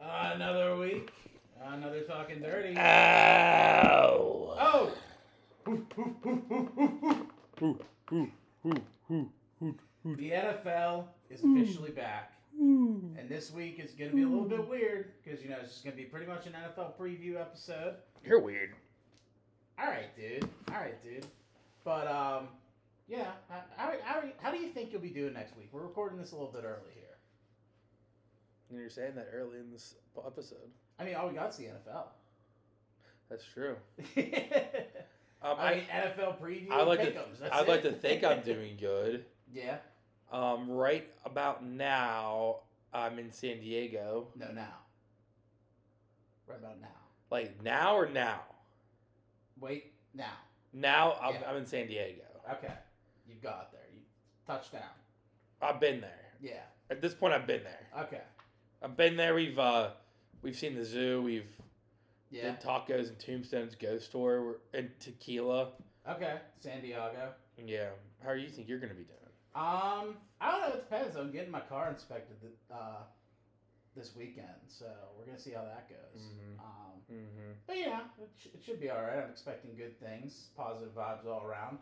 Another week. Another talking dirty. Ow! Oh! Ooh, ooh, ooh, ooh, ooh, ooh. The NFL is officially back. And this week is going to be a little bit weird because, you know, it's just going to be pretty much an NFL preview episode. You're weird. All right, dude. All right, dude. But, um, yeah. How, how, how, how do you think you'll be doing next week? We're recording this a little bit early here. You're saying that early in this episode. I mean, all we got's the NFL. That's true. Um, I I, mean, NFL preview. I like to- pick-ems, that's I'd like to it. think I'm doing good. yeah. Um, right about now, I'm in San Diego. No, now. Right about now. Like now or now? Wait, now. Now I'm, Yeah. I'm in San Diego. Okay. You got there. You touchdown. I've been there. Yeah. At this point, I've been there. Okay. I've been there. We've uh, we've seen the zoo. We've Yeah. did tacos and Tombstone's ghost tour we're- and tequila. Okay. San Diego. Yeah. How do you think you're gonna be doing? Um, I don't know. It depends. I'm getting my car inspected th- uh, this weekend, so we're gonna see how that goes. Mhm. Um, Mm-hmm. but yeah, it, sh- it should be all right. I'm expecting good things, positive vibes all around.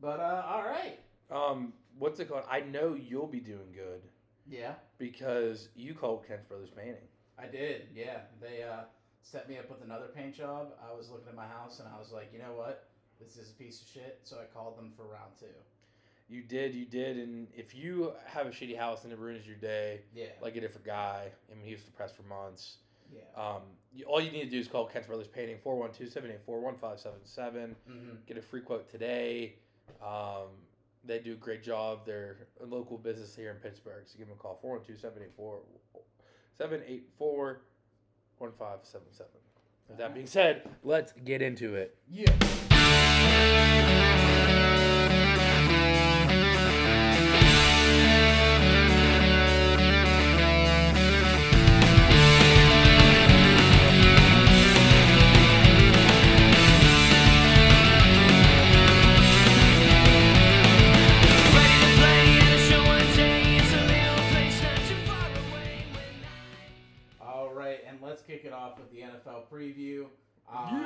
But uh, all right. Um, what's it called? I know you'll be doing good Yeah, because you called Kent Brothers painting. I did. Yeah, they uh, set me up with another paint job. I was looking at my house and I was like, you know what? This is a piece of shit. So I called them for round two. You did, you did, and if you have a shitty house and it ruins your day, Yeah. like a different guy, I mean, he was depressed for months. Yeah. Um, you, all you need to do is call Kent Brothers Painting 412 784 1577. hmm Get a free quote today. Um, they do a great job. They're a local business here in Pittsburgh, so give them a call 412 784 784 1577. With that being said, let's get into it. Yeah. All right, and let's kick it off with the NFL preview. Um,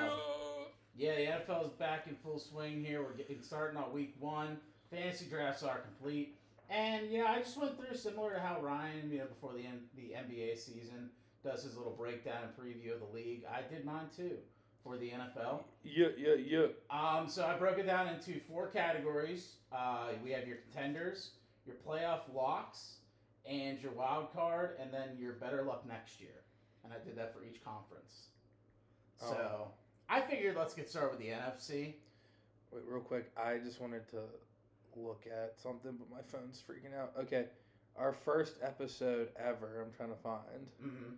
Yeah, the NFL is back in full swing here. We're getting starting on week one. Fantasy drafts are complete, and yeah, I just went through similar to how Ryan, you know, before the N- the NBA season does his little breakdown and preview of the league. I did mine too for the NFL. Yeah, yeah, yeah. Um, so I broke it down into four categories. Uh, we have your contenders, your playoff locks, and your wild card, and then your better luck next year. And I did that for each conference. So Oh. I figured let's get started with the NFC. Wait, real quick. I just wanted to look at something, but my phone's freaking out. Okay. Our first episode ever, I'm trying to find. Mm-hmm.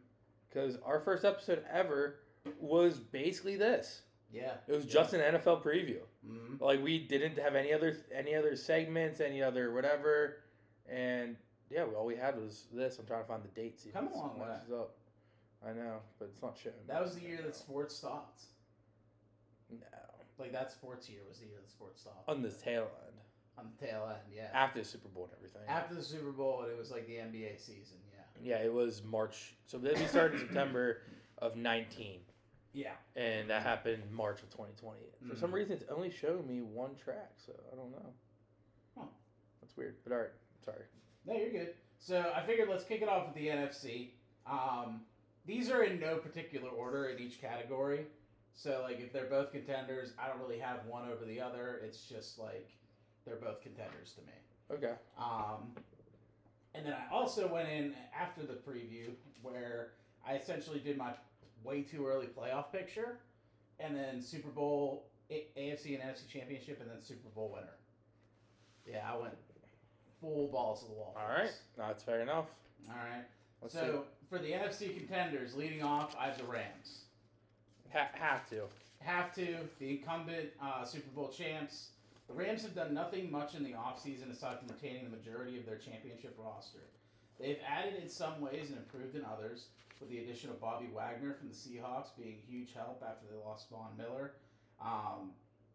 Because our first episode ever was basically this. Yeah. It was Yeah. just an NFL preview. Mhm. Like we didn't have any other any other segments, any other whatever, and yeah, we, all we had was this. I'm trying to find the dates. see if Come it along with matches up. I know, but it's not showing. That me was the year right that sports stopped. now. Like that sports year was the year that sports stopped. no on the tail end On the tail end, yeah. after the Super Bowl and everything. After the Super Bowl, it was like the NBA season. Yeah. Yeah, it was March. So then we started in September of 19, Yeah. and that happened March of 2020. For Mm-hmm. some reason, it's only showing me one track, so I don't know. Huh. That's weird, but all right. Sorry. No, you're good. So I figured let's kick it off with the NFC. Um, these are in no particular order in each category. So like if they're both contenders, I don't really have one over the other. It's just like they're both contenders to me. Okay. Um, and then I also went in after the preview where I essentially did my way too early playoff picture, and then Super Bowl A- AFC and NFC Championship, and then Super Bowl winner. Yeah, I went full balls to the wall. All right. first. No, that's fair enough. All right. Let's see. so for the NFC contenders, leading off, I have the Rams. Ha- have to. Have to the incumbent uh, Super Bowl champs. The Rams have done nothing much in the offseason aside from retaining the majority of their championship roster. They've added in some ways and improved in others, with the addition of Bobby Wagner from the Seahawks being a huge help after they lost Vaughn Miller. Um,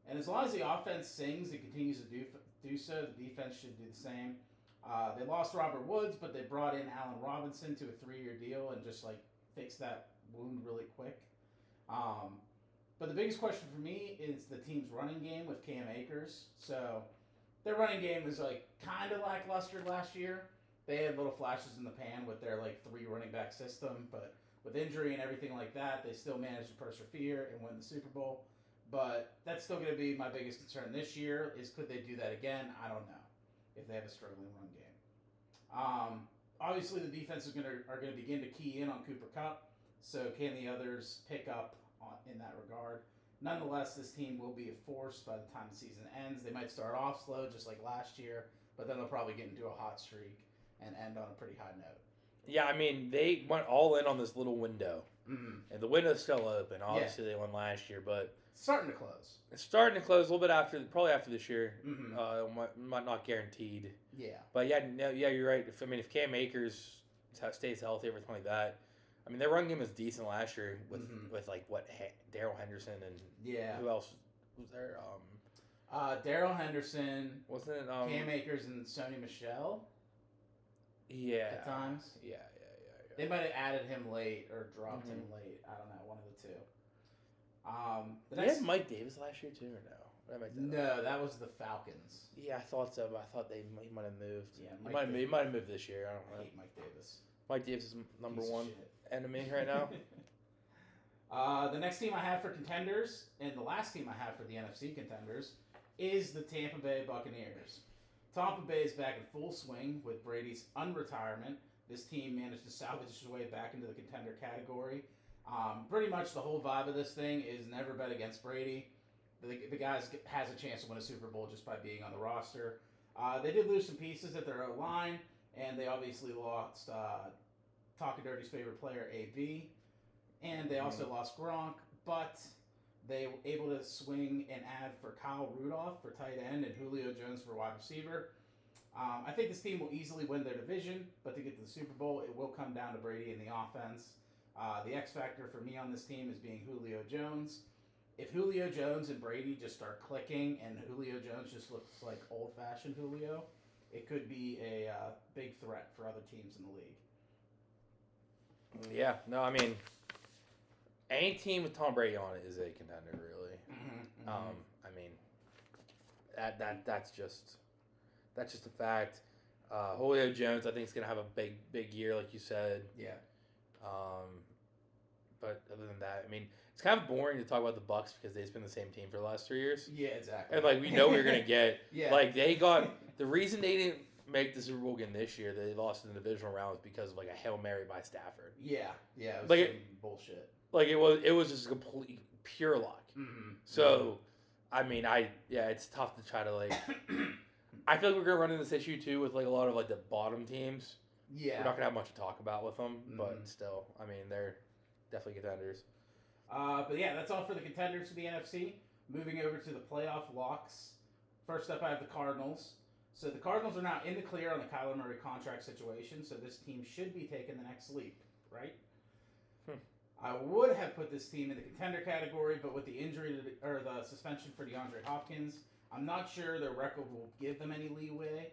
and as long as the offense sings and continues to do, do so, the defense should do the same. Uh, they lost Robert Woods, but they brought in Allen Robinson to a three year deal and just like fix that wound really quick. Um, but the biggest question for me is the team's running game with Cam Akers. So their running game was like kind of lackluster last year. They had little flashes in the pan with their like three running back system, but with injury and everything like that, they still managed to persevere and win the Super Bowl. But that's still going to be my biggest concern this year is could they do that again? I don't know if they have a struggling run game. Um, obviously, the defense is going to are going to begin to key in on Cooper Cup. So can the others pick up on, in that regard? Nonetheless, this team will be a force by the time the season ends. They might start off slow, just like last year, but then they'll probably get into a hot streak and end on a pretty high note. Yeah, I mean, they went all in on this little window. Mm. And the window's still open. Obviously, they won last year, but Starting to close. it's starting to close a little bit after, probably after this year. hmm Uh, might, might not guaranteed. yeah. But yeah, no, yeah, you're right. If, I mean, if Cam Akers t- stays healthy, everything like that, I mean, their run game was decent last year with Mhm. with like what he- Daryl Henderson and Yeah. who else was there? Um, Uh, Daryl Henderson, wasn't it? Um, Cam Akers, and Sony Michelle yeah, at times. yeah, yeah, yeah, yeah. They might have added him late or dropped him Mm-hmm. late. I don't know, one of the two. Um, the Did they next, have Mike Davis last year too, or no? Did I make that up? no, that was the Falcons. Yeah, I thought so. But I thought they might, he might have moved. Yeah, he Mike might have, Davis. he might have moved this year. I I don't know. hate Mike Davis. Mike Davis is m- number Piece of one shit. enemy right now. uh, the next team I have for contenders, and the last team I have for the NFC contenders, is the Tampa Bay Buccaneers. Tampa Bay is back in full swing with Brady's unretirement. This team managed to salvage its way back into the contender category. Um, pretty much the whole vibe of this thing is never bet against Brady. The, the guy's has a chance to win a Super Bowl just by being on the roster. Uh, they did lose some pieces at their own line, and they obviously lost uh, Talking Dirty's favorite player, AB. And they also lost Gronk, but they were able to swing and add for Kyle Rudolph for tight end and Julio Jones for wide receiver. Um, I think this team will easily win their division, but to get to the Super Bowl, it will come down to Brady and the offense. Uh, the X factor for me on this team is being Julio Jones. If Julio Jones and Brady just start clicking and Julio Jones just looks like old fashioned Julio, it could be a uh, big threat for other teams in the league. Mm, yeah, no, I mean, any team with Tom Brady on it is a contender, really. Mm-hmm. Um, I mean, that that that's just that's just a fact. Uh, Julio Jones, I think, is gonna have a big big year, like you said. yeah. Um, but other than that, I mean, it's kind of boring to talk about the Bucks because they've been the same team for the last three years, Yeah, exactly. and like we know we are gonna get. yeah. Like they got the reason they didn't make the Super Bowl again this year, they lost in the divisional round, was because of like a hail mary by Stafford. Yeah, yeah. It was Like- some bullshit. Like it was it was just complete pure luck. Mm-hmm. So, I mean, I yeah, it's tough to try to like. I feel like we're gonna run into this issue too with like a lot of like the bottom teams. We're yeah. not gonna have much to talk about with them, but Mhm. still, I mean, they're definitely contenders. Uh, but yeah, that's all for the contenders for the NFC. Moving over to the playoff locks. First up, I have the Cardinals. So the Cardinals are now in the clear on the Kyler Murray contract situation. So this team should be taking the next leap, right? Hmm. I would have put this team in the contender category, but with the injury to the, or the suspension for DeAndre Hopkins, I'm not sure their record will give them any leeway.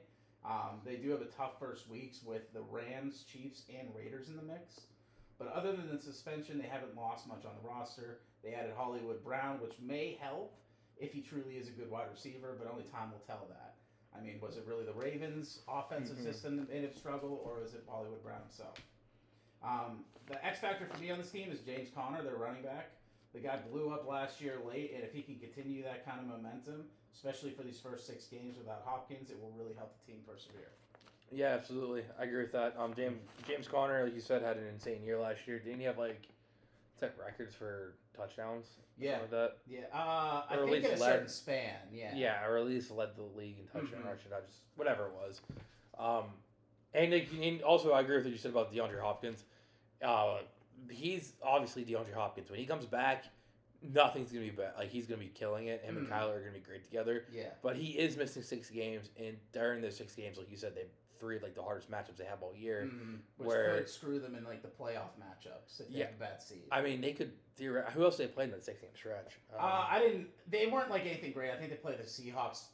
Um, they do have a tough first weeks with the Rams, Chiefs, and Raiders in the mix. But other than the suspension, they haven't lost much on the roster. They added Hollywood Brown, which may help if he truly is a good wide receiver, but only time will tell that. I mean, was it really the Ravens' offensive Mhm. system that made him struggle, or was it Hollywood Brown himself? Um, the X factor for me on this team is James Conner, their running back. The guy blew up last year late, and if he can continue that kind of momentum, especially for these first six games without Hopkins, it will really help the team persevere. Yeah, absolutely, I agree with that. Um, James James Conner, like you said, had an insane year last year. Didn't he have like set records for touchdowns? Something Yeah, like that. yeah. Uh, I Or at think in a least certain led- span. Yeah. Yeah. or at least led the league in touchdown Mhm. rushing, not just whatever it was. Um, and, it- and also, I agree with what you said about DeAndre Hopkins. Uh, he's obviously DeAndre Hopkins. When he comes back, nothing's gonna be bad. Like he's gonna be killing it. Him and Mhm. Kyler are gonna be great together. Yeah. But he is missing six games, and during those six games, like you said, they three of, like the hardest matchups they have all year. Mhm. Which Where- could screw them in like the playoff matchups if they Yeah. have a bad seed. I mean, they could theoret- Who else they played in that six game stretch? Um, uh, I didn't. They weren't like anything great. I think they played the Seahawks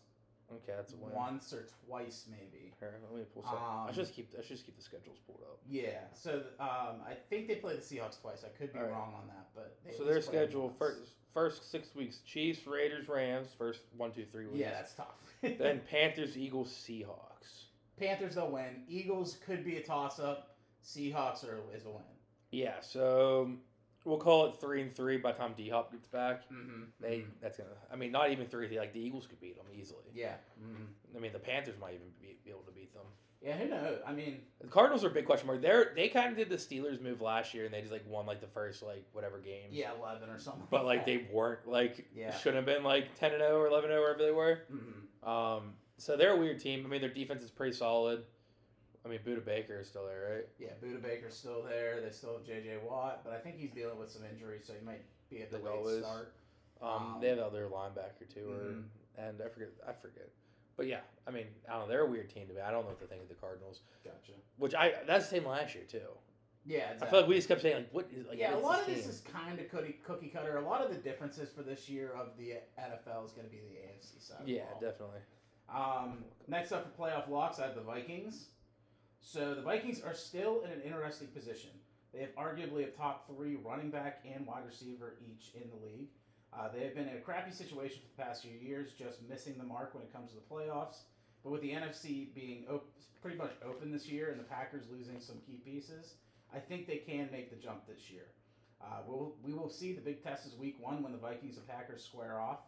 Um, Okay, that's a win. once or twice maybe. Here, let me pull some. I Um, should just keep. I should just keep the schedules pulled up. Yeah, so um, I think they played the Seahawks twice. I could be All right. wrong on that, but they so at their least played them schedule once. first first six weeks: Chiefs, Raiders, Rams. First one, two, three weeks. Yeah, that's tough. Then Panthers, Eagles, Seahawks. Panthers they'll win. Eagles could be a toss up. Seahawks are is a win. Yeah, so um, we'll call it three and three by the time D Hop gets back. Mm-hmm. They that's gonna. I mean, not even three. Like the Eagles could beat them easily. yeah. Mm-hmm. I mean, the Panthers might even be, be able to beat them. Yeah. Who knows? I mean, The Cardinals are a big question mark. They're they kind of did the Steelers move last year and they just like won like the first like whatever games. yeah, eleven or something. But that. like they weren't like Yeah. should have been like ten and zero or eleven zero wherever they were. Mhm. Um, so they're a weird team. I mean, their defense is pretty solid. I mean, Buda Baker is still there, right? Yeah, Buda Baker's still there. They still have J.J. Watt, but I think he's dealing with some injuries, so he might be at the Like late always. start. Um, Um, they have the other linebacker too, or Mhm. and I forget, I forget. But yeah, I mean, I don't know. They're a weird team to me. I don't know what to think of the Cardinals, Gotcha. which I that's the same last year too. Yeah, I exactly. feel like we just kept saying like, what is like? yeah, a what lot of this team? is kind of cookie, cookie cutter. A lot of the differences for this year of the NFL is going to be the AFC side. yeah, overall. definitely. Um, next up for playoff locks, I have the Vikings. So the Vikings are still in an interesting position. They have arguably a top three running back and wide receiver each in the league. Uh, they have been in a crappy situation for the past few years, just missing the mark when it comes to the playoffs. But with the NFC being op- pretty much open this year and the Packers losing some key pieces, I think they can make the jump this year. Uh, we'll, we will see the big test is week one when the Vikings and Packers square off.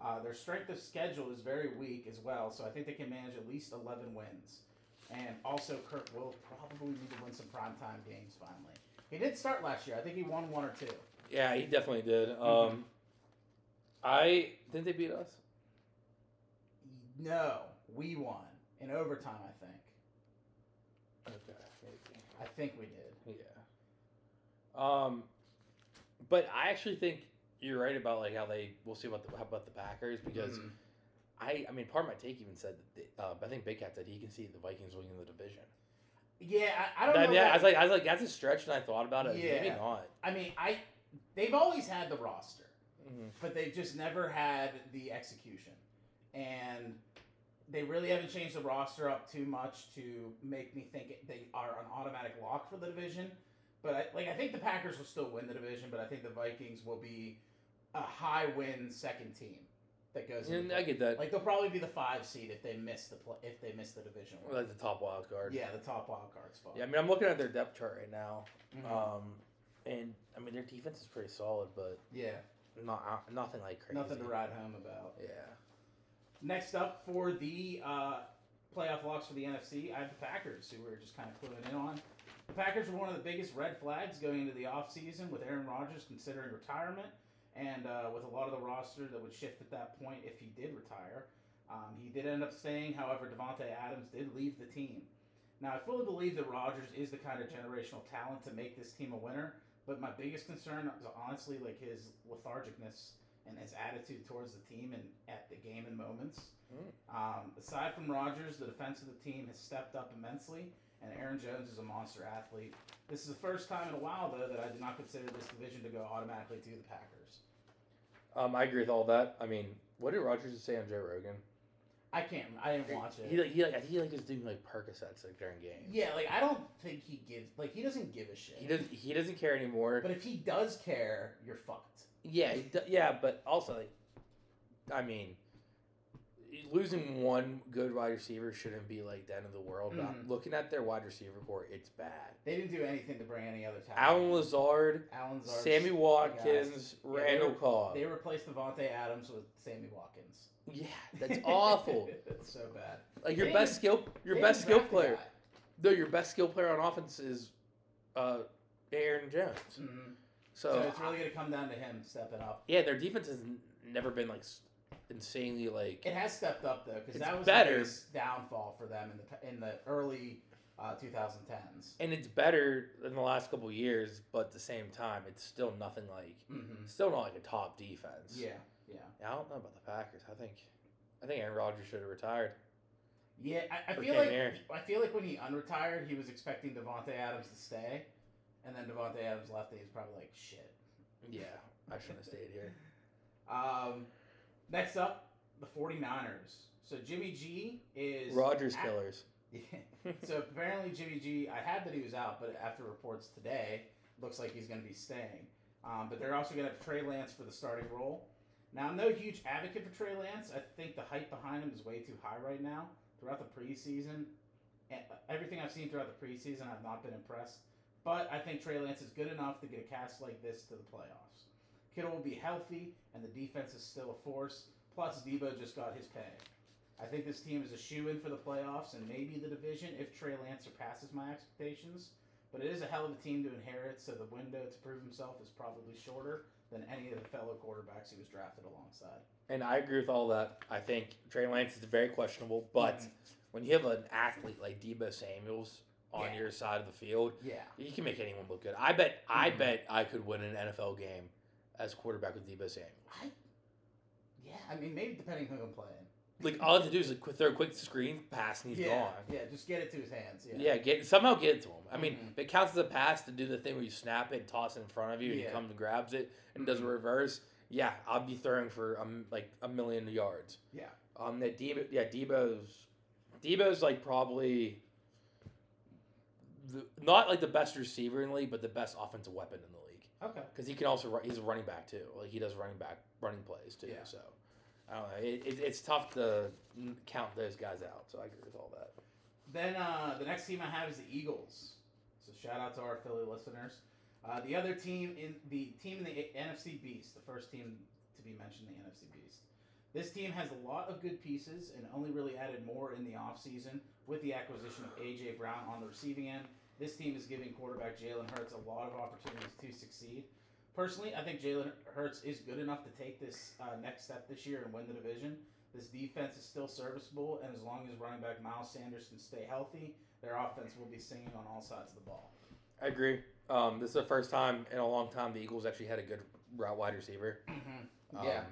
Uh, their strength of schedule is very weak as well, so I think they can manage at least 11 wins. And also, Kirk will probably need to win some primetime games finally. He did start last year. I think he won one or two. Yeah, he definitely did. Um, Mm-hmm. I didn't they beat us? No, we won in overtime, I think. Okay, maybe. I think we did. Yeah. Um, but I actually think you're right about like how they. We'll see about the how about the Packers because Mhm. I. I mean, part of my take even said that. They, uh, I think Big Cat said he can see the Vikings winning the division. Yeah, I, I don't know. yeah, I what- was like, I was like, that's a stretch, and I thought about it. Maybe Yeah. not. I mean, I they've always had the roster. but they've just never had the execution. And they really haven't changed the roster up too much to make me think it- they are an automatic lock for the division. But I, like I think the Packers will still win the division, but I think the Vikings will be a high win second team that goes. in And I get that. Like, like they'll probably be the five seed if they miss the pl- if they miss the division. Win. the top wild card. Yeah, the top wild card spot. Yeah, I mean, I'm looking at their depth chart right now. Mhm. Um, and I mean, their defense is pretty solid, but yeah, not nothing like crazy. nothing to ride home about. Yeah. Next up for the uh, playoff locks for the NFC, I have the Packers, who we were just kind of cluing in on. The Packers were one of the biggest red flags going into the offseason with Aaron Rodgers considering retirement and uh, with a lot of the roster that would shift at that point if he did retire. Um, he did end up staying, however, Devontae Adams did leave the team. Now, I fully believe that Rodgers is the kind of generational talent to make this team a winner, but my biggest concern is honestly like his lethargicness and his attitude towards the team and at the game and moments. Mm. Um, aside from Rodgers, the defense of the team has stepped up immensely, and Aaron Jones is a monster athlete. This is the first time in a while, though, that I did not consider this division to go automatically to the Packers. Um, I agree with all that. I mean, what did Rogers say on Joe Rogan? I can't. I didn't watch it. He like he like he like is doing like Percocets like during games. yeah, like I don't think he gives. Like he doesn't give a shit. He doesn't he doesn't care anymore. But if he does care, you're fucked. Yeah, he do- yeah, but also, like, I mean, losing one good wide receiver shouldn't be like the end of the world. But I'm Mhm. looking at their wide receiver core, it's bad. They didn't do anything to bring any other talent. Alan Lazard, Alan Lazard. Sammy Watkins, Yeah, they Randall were- Cobb. They replaced Devontae Adams with Sammy Watkins. yeah, that's awful. That's so bad. Like your They best didn't- skill, your They best didn't skill draft a player. guy. No, your best skill player on offense is uh, Aaron Jones. Mhm. So, So, it's really going to come down to him stepping up. yeah, their defense has n- never been like s- insanely like It has stepped up though, because It's that was better. the biggest downfall for them in the in the early uh, 2010s. and it's better than the last couple years, but at the same time, it's still nothing like, hmm still not like a top defense. Yeah, yeah, I don't know about the Packers. I think, I think Aaron Rodgers should have retired. yeah. I, I Or feel came like here. I feel like when he unretired, he was expecting Devonte Adams to stay, and then Devonte Adams left, and he was probably like, "Shit." Yeah, I shouldn't have stayed here. Um, next up, the 49ers. So Jimmy G is Rogers at- killers. so apparently Jimmy G, I had that he was out, but after reports today, looks like he's going to be staying. Um, but they're also going to have Trey Lance for the starting role. Now I'm no huge advocate for Trey Lance. I think the hype behind him is way too high right now. Throughout the preseason, e- everything I've seen throughout the preseason, I've not been impressed. But I think Trey Lance is good enough to get a cast like this to the playoffs. Kittle will be healthy, and the defense is still a force. Plus, Debo just got his pay. I think this team is a shoe in for the playoffs and maybe the division if Trey Lance surpasses my expectations. But it is a hell of a team to inherit, so the window to prove himself is probably shorter than any of the fellow quarterbacks he was drafted alongside. And I agree with all that. I think Trey Lance is very questionable, but Mhm. when you have an athlete like Debo Samuels on Yeah. your side of the field, Yeah. you can make anyone look good. I bet I Mhm. bet I could win an NFL game as quarterback with Debo Samuels. I, yeah, I mean, maybe depending who I'm playing. Like all I have to do is like qu- throw a quick screen pass and he's yeah, gone. Yeah, just get it to his hands. Yeah. Yeah, get somehow get it to him. I mean, Mhm. if it counts as a pass to do the thing where you snap it, and toss it in front of you, and Yeah. he comes and grabs it and does a Mhm. reverse. Yeah, I'll be throwing for um like a million yards. Yeah. Um, that Debo, yeah, Debo's, Debo's like probably, the, not like the best receiver in the league, but the best offensive weapon in the league Okay. because he can also run, he's a running back too. Like he does running back running plays too. Yeah. So. I don't know. It, it, it's tough to n- count those guys out, so I agree with all that. Then uh, the next team I have is the Eagles. So shout out to our Philly listeners. Uh, the other team in the team in the A- NFC Beast, the first team to be mentioned in the NFC Beast. This team has a lot of good pieces and only really added more in the offseason with the acquisition of AJ Brown on the receiving end. This team is giving quarterback Jalen Hurts a lot of opportunities to succeed. Personally, I think Jalen Hurts is good enough to take this uh, next step this year and win the division. This defense is still serviceable, and as long as running back Miles Sanders can stay healthy, their offense will be singing on all sides of the ball. I agree. Um, this is the first time in a long time the Eagles actually had a good route wide receiver. Um, Yeah.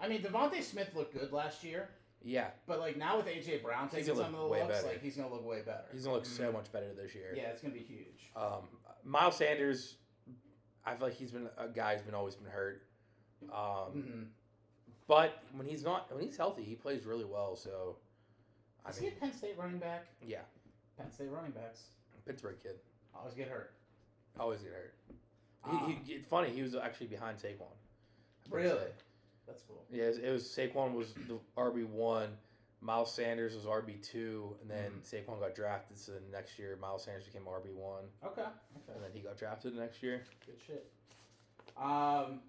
I mean, Devontae Smith looked good last year, yeah. but like now with AJ Brown He's taking gonna some of the look way looks, better. like he's gonna look way better. Mm-hmm. He's gonna look so much better this year. Yeah, it's gonna be huge. Um, Miles Sanders, I feel like he's been a guy who's been always been hurt. Um, Mhm. but when he's not, when he's healthy, he plays really well. So, I Is he mean, a Penn State running back? yeah, Penn State running backs Pittsburgh kid always get hurt. always get hurt. Ah. He, he, it's funny. He was actually behind Saquon. I think Really? so. That's cool. Yeah, it was, it was Saquon was the RB one, Miles Sanders was RB two, and then Mm-hmm. Saquon got drafted. So then next year, Miles Sanders became RB one, Okay. and Okay. then he got drafted next year. Good shit. Um,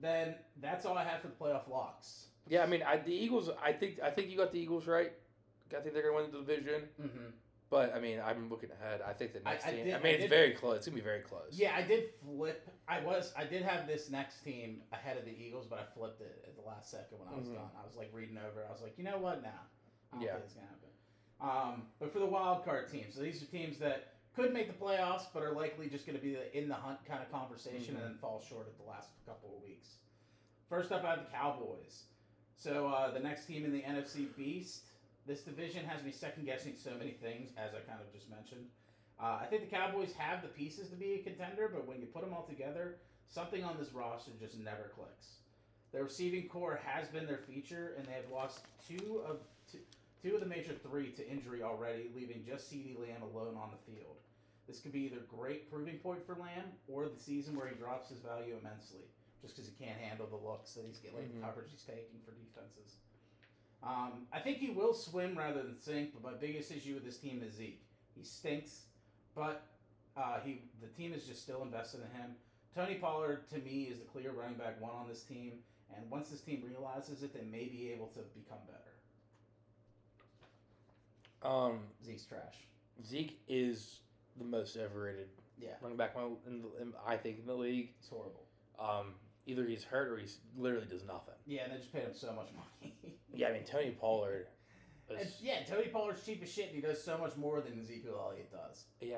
then that's all I have for the playoff locks. Yeah, I mean, I, the Eagles. I think I think you got the Eagles right. I think they're gonna win the division, Mm-hmm. but I mean, I'm looking ahead. I think the I- next I team. did- I I mean, it's did- very close. It's gonna be very close. Yeah, I did flip. I was. I did have this next team ahead of the Eagles, but I flipped it at the last second when I was Mhm. done. I was like reading over. it. I was like, you know what? Nah, I don't Yeah. think it's gonna happen. Um, but for the wild card team, so these are teams that could make the playoffs, but are likely just going to be the in the hunt kind of conversation Mhm. and then fall short at the last couple of weeks. First up, I have the Cowboys. So uh, the next team in the NFC Beast. This division has me second guessing so many things, as I kind of just mentioned. Uh, I think the Cowboys have the pieces to be a contender, but when you put them all together, something on this roster just never clicks. Their receiving core has been their feature, and they have lost two of two, two of the major three to injury already, leaving just CeeDee Lamb alone on the field. This could be either great proving point for Lamb or the season where he drops his value immensely, just because he can't handle the looks that he's getting, like Mhm. the coverage he's taking for defenses. Um, I think he will swim rather than sink, but my biggest issue with this team is Zeke. He stinks, but uh, he the team is just still invested in him. Tony Pollard to me is the clear running back one on this team, and once this team realizes it, they may be able to become better. Um, Zeke's trash. Zeke is the most overrated Yeah, running back in the, in, I think in the league. it's horrible. Um, either he's hurt or he's literally does nothing. Yeah, and they just paid him so much money. Yeah, I mean Tony Pollard. is- And, yeah, Tony Pollard's cheap as shit, and he does so much more than Ezekiel Elliott does. yeah,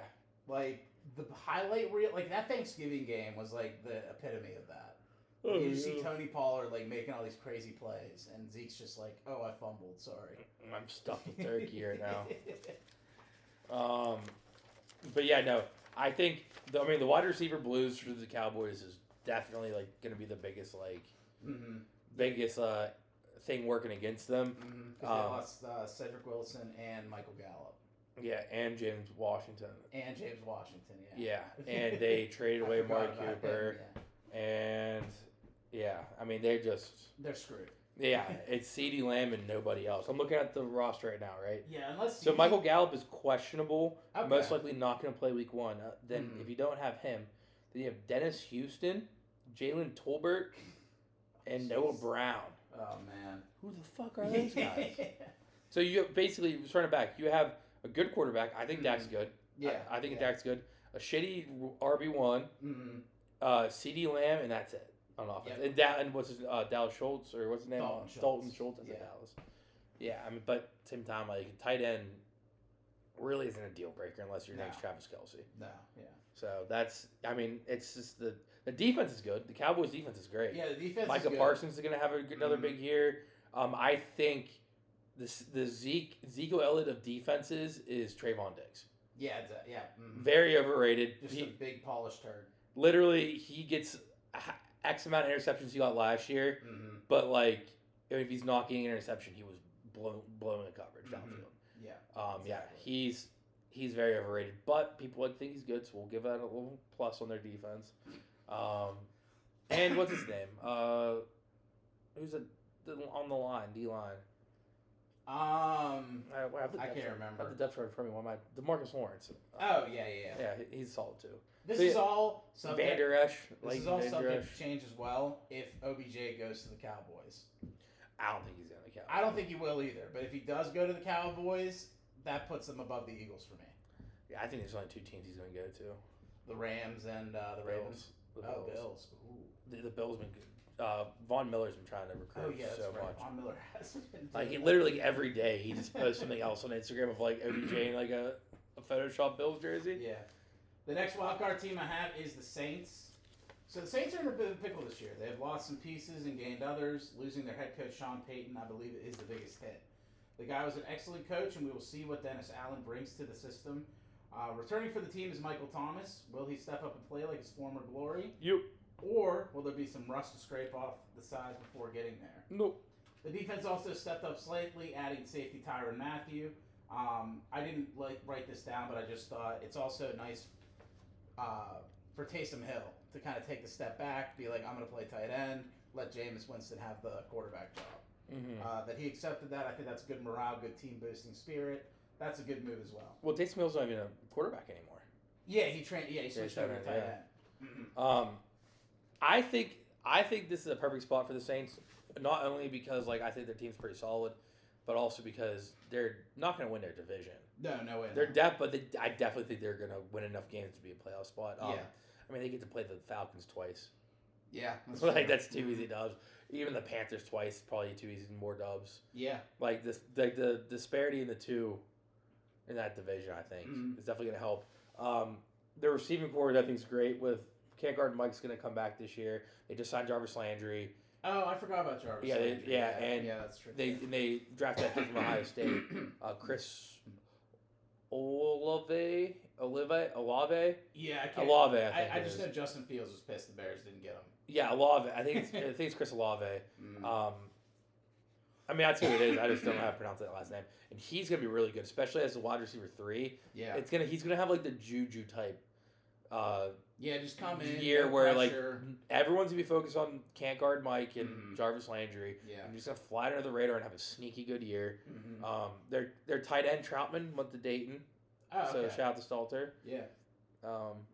Like the highlight reel, like that Thanksgiving game was like the epitome of that. Oh, you just see Tony Pollard like making all these crazy plays, and Zeke's just like, "Oh, I fumbled. Sorry." Mm, I'm stuffed with turkey right now. Um, but yeah, no, I think the, I mean the wide receiver blues for the Cowboys is definitely like going to be the biggest like hmm biggest uh thing working against them. Mm, 'cause they Um, lost uh, Cedric Wilson and Michael Gallup Yeah, and James Washington. and James Washington. Yeah. Yeah, and they traded I away forgot Mark about him, Cooper, yeah. and yeah, I mean they just They're screwed. yeah, it's Ceedee Lamb and nobody else. I'm looking at the roster right now, right? Yeah, unless So you- Michael Gallup is questionable, Okay. most likely not going to play Week One. Uh, then Mhm. if you don't have him, then you have Dennis Houston, Jalen Tolbert, and Jeez. Noah Brown. Oh man. Who the fuck are those guys? so you have basically turn it back. You have a good quarterback. I think Dak's good. Hmm. yeah, I, I think yeah. Dak's good. A shitty RB one. Mm, uh, CD Lamb, and that's it on offense. Yep. And that and what's his uh, Dallas Schultz or what's his name? Dalton Schultz. Dalton Schultz is Yeah. at Dallas. Yeah, I mean, but same time, like tight end really isn't a deal breaker unless your No. name's Travis Kelsey. no, yeah, So that's I mean, it's just the the defense is good. The Cowboys defense is great. yeah. The defense. Micah is good. Parsons is going to have a, another Mhm. big year. Um, I think this the Zeke Zeke Elliott of defenses is Trayvon Diggs. Yeah, it's a, yeah. mhm. Very overrated. Just He- a big polished turd. literally he gets a- X amount of interceptions he got last year, hmm but like if he's not getting an interception, he was blown blowing the coverage Mhm. downfield. Yeah. Um, yeah, Exactly. he's he's very overrated, but people like think he's good, so we'll give that a little plus on their defense. Um, and what's his name? Uh, who's a, the, on the line? D line. Um. I, I, have the I can't depth chart- I have remember. the depth chart in front of me. Why am I? Demarcus Lawrence. Oh yeah, yeah. yeah. yeah, he- he's solid too. This So, is yeah. all subject. Van Der Esch. this Leighton is all Van Der subject Esch. to change as well if OBJ goes to the Cowboys. I don't think he's gonna count. I don't think he will either. But if he does go to the Cowboys, that puts them above the Eagles for me. Yeah, I think there's only two teams he's going to go to. The Rams and uh, the Ravens. The Oh, Bills. Bills. Ooh. The, the Bills been good. Uh, Von Miller's been trying to Oh recruit yeah, that's so right. much. Von Miller has been. Like he doing literally every day he just posts something else on Instagram of like OBJ in like a, a Photoshop Bills that. jersey. Yeah. The next wild card team I have is the Saints. So the Saints are in a bit of a pickle this year. They have lost some pieces and gained others. Losing their head coach Sean Payton, I believe, is the biggest hit. The guy was an excellent coach, and we will see what Dennis Allen brings to the system. Uh, returning for the team is Michael Thomas. Will he step up and play like his former glory, Yep. or will there be some rust to scrape off the sides before getting there? Nope. The defense also stepped up slightly, adding safety Tyron Matthew. Um, I didn't like write this down, but I just thought it's also nice uh, for Taysom Hill to kind of take the step back, be like, I'm going to play tight end, let Jameis Winston have the quarterback job. Mm-hmm. Uh, that he accepted that, I think that's good morale, good team boosting spirit. That's a good move as well. Well, Taysom Hill's not even a quarterback anymore. Yeah, he trained. Yeah, he switched tight over to end, tight yeah. end. Mhm. Um, I think I think this is a perfect spot for the Saints. Not only because like I think their team's pretty solid, but also because they're not going to win their division. No, no way. They're depth, but they, I definitely think they're gonna win enough games to be a playoff spot. Um, Yeah. I mean, they get to play the Falcons twice. yeah, like true. that's two easy dubs. Even the Panthers twice, probably two easy more dubs. Yeah, Like this, like the disparity in the two in that division, I think, Mhm. is definitely gonna help. Um, their receiving core, I think, is great. With Campguard Mike's gonna come back this year. They just signed Jarvis Landry. Oh, I forgot about Jarvis. Yeah, they- Landry. yeah, and yeah, that's true. They and they drafted that kid from Ohio State, uh, Chris Olave, Olive, Olave, yeah, I can't. Olave. I, think I, I it just is. know Justin Fields was pissed the Bears didn't get him. Yeah, Olave. I think it's, I think it's Chris Olave. Um, I mean, that's who it is. I just don't know how to pronounce that last name. And he's gonna be really good, especially as a wide receiver three. yeah, It's gonna he's gonna have like the Juju type. Uh, yeah, just come in. year no where pressure. like everyone's gonna be focused on can't guard Mike and Mhm. Jarvis Landry. yeah, I'm just gonna fly under the radar and have a sneaky good year. Mhm. Um, their their tight end Troutman went to Dayton, oh, so okay. shout out to Stalter. yeah, Um,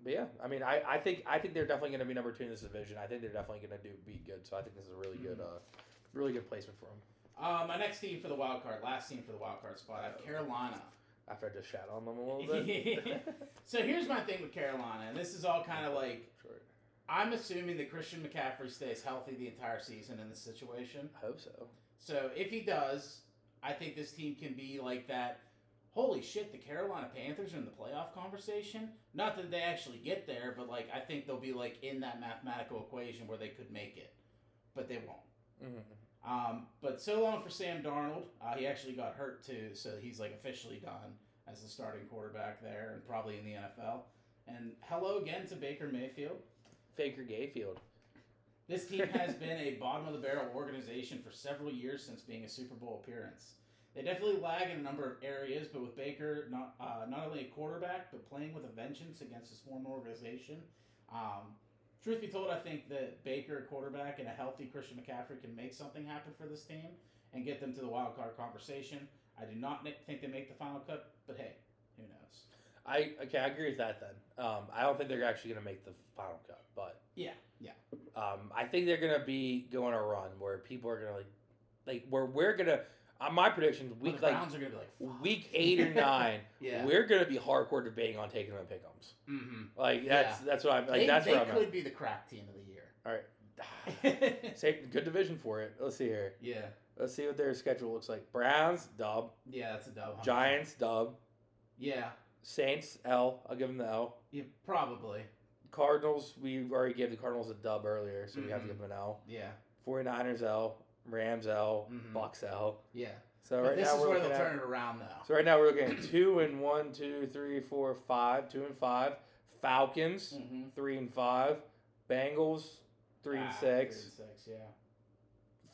but yeah, I mean, I, I think I think they're definitely going to be number two in this division. I think they're definitely going to do be good. So I think this is a really good, Mm-hmm. uh, really good placement for them. uh, my next team for the wild card, last team for the wild card spot, I have Carolina. After I just shat on them a little bit. So here's my thing with Carolina, and this is all kind of like Short. I'm assuming that Christian McCaffrey stays healthy the entire season in this situation. I hope so. So if he does, I think this team can be like that. Holy shit, the Carolina Panthers are in the playoff conversation. Not that they actually get there, but like I think they'll be like in that mathematical equation where they could make it, but they won't. Mm-hmm. Um, but so long for Sam Darnold. Uh, he actually got hurt too, so he's like officially done as the starting quarterback there and probably in the NFL. And hello again to Baker Mayfield. Faker Gayfield. This team has been a bottom of the barrel organization for several years since being a Super Bowl appearance. They definitely lag in a number of areas, but with Baker not uh, not only a quarterback but playing with a vengeance against his former organization. Um, truth be told, I think that Baker, a quarterback, and a healthy Christian McCaffrey can make something happen for this team and get them to the wild card conversation. I do not ne- think they make the final cut, but hey, who knows? I okay, I agree with that. Then um, I don't think they're actually going to make the final cut, but Yeah, yeah. um, I think they're going to be going a run where people are going to like, like where we're going to. On my predictions, But week the like Browns are gonna be like fuck. week eight or nine, Yeah. we're going to be hardcore debating on taking them in pickums. Mm-hmm. Like that's that's what I'm like. they that's they where I'm could be the crack team of the year. at. Say, good division for it. Let's see here. yeah, Let's see what their schedule looks like. Browns dub, yeah, that's a dub. huh? Giants dub, Yeah, Saints L. I'll give them the L. yeah, probably. Cardinals, we already gave the Cardinals a dub earlier, so we have to Mhm. give them an L. Yeah, 49ers L, Rams L, Mhm. Bucks L. yeah. So But right this now is we're where looking they'll at, turn it around, though. So right now we're looking at two and one, two, three, four, five, two and five. Falcons Mm-hmm. Ah, three and five. Bengals three and six. Three and six, yeah.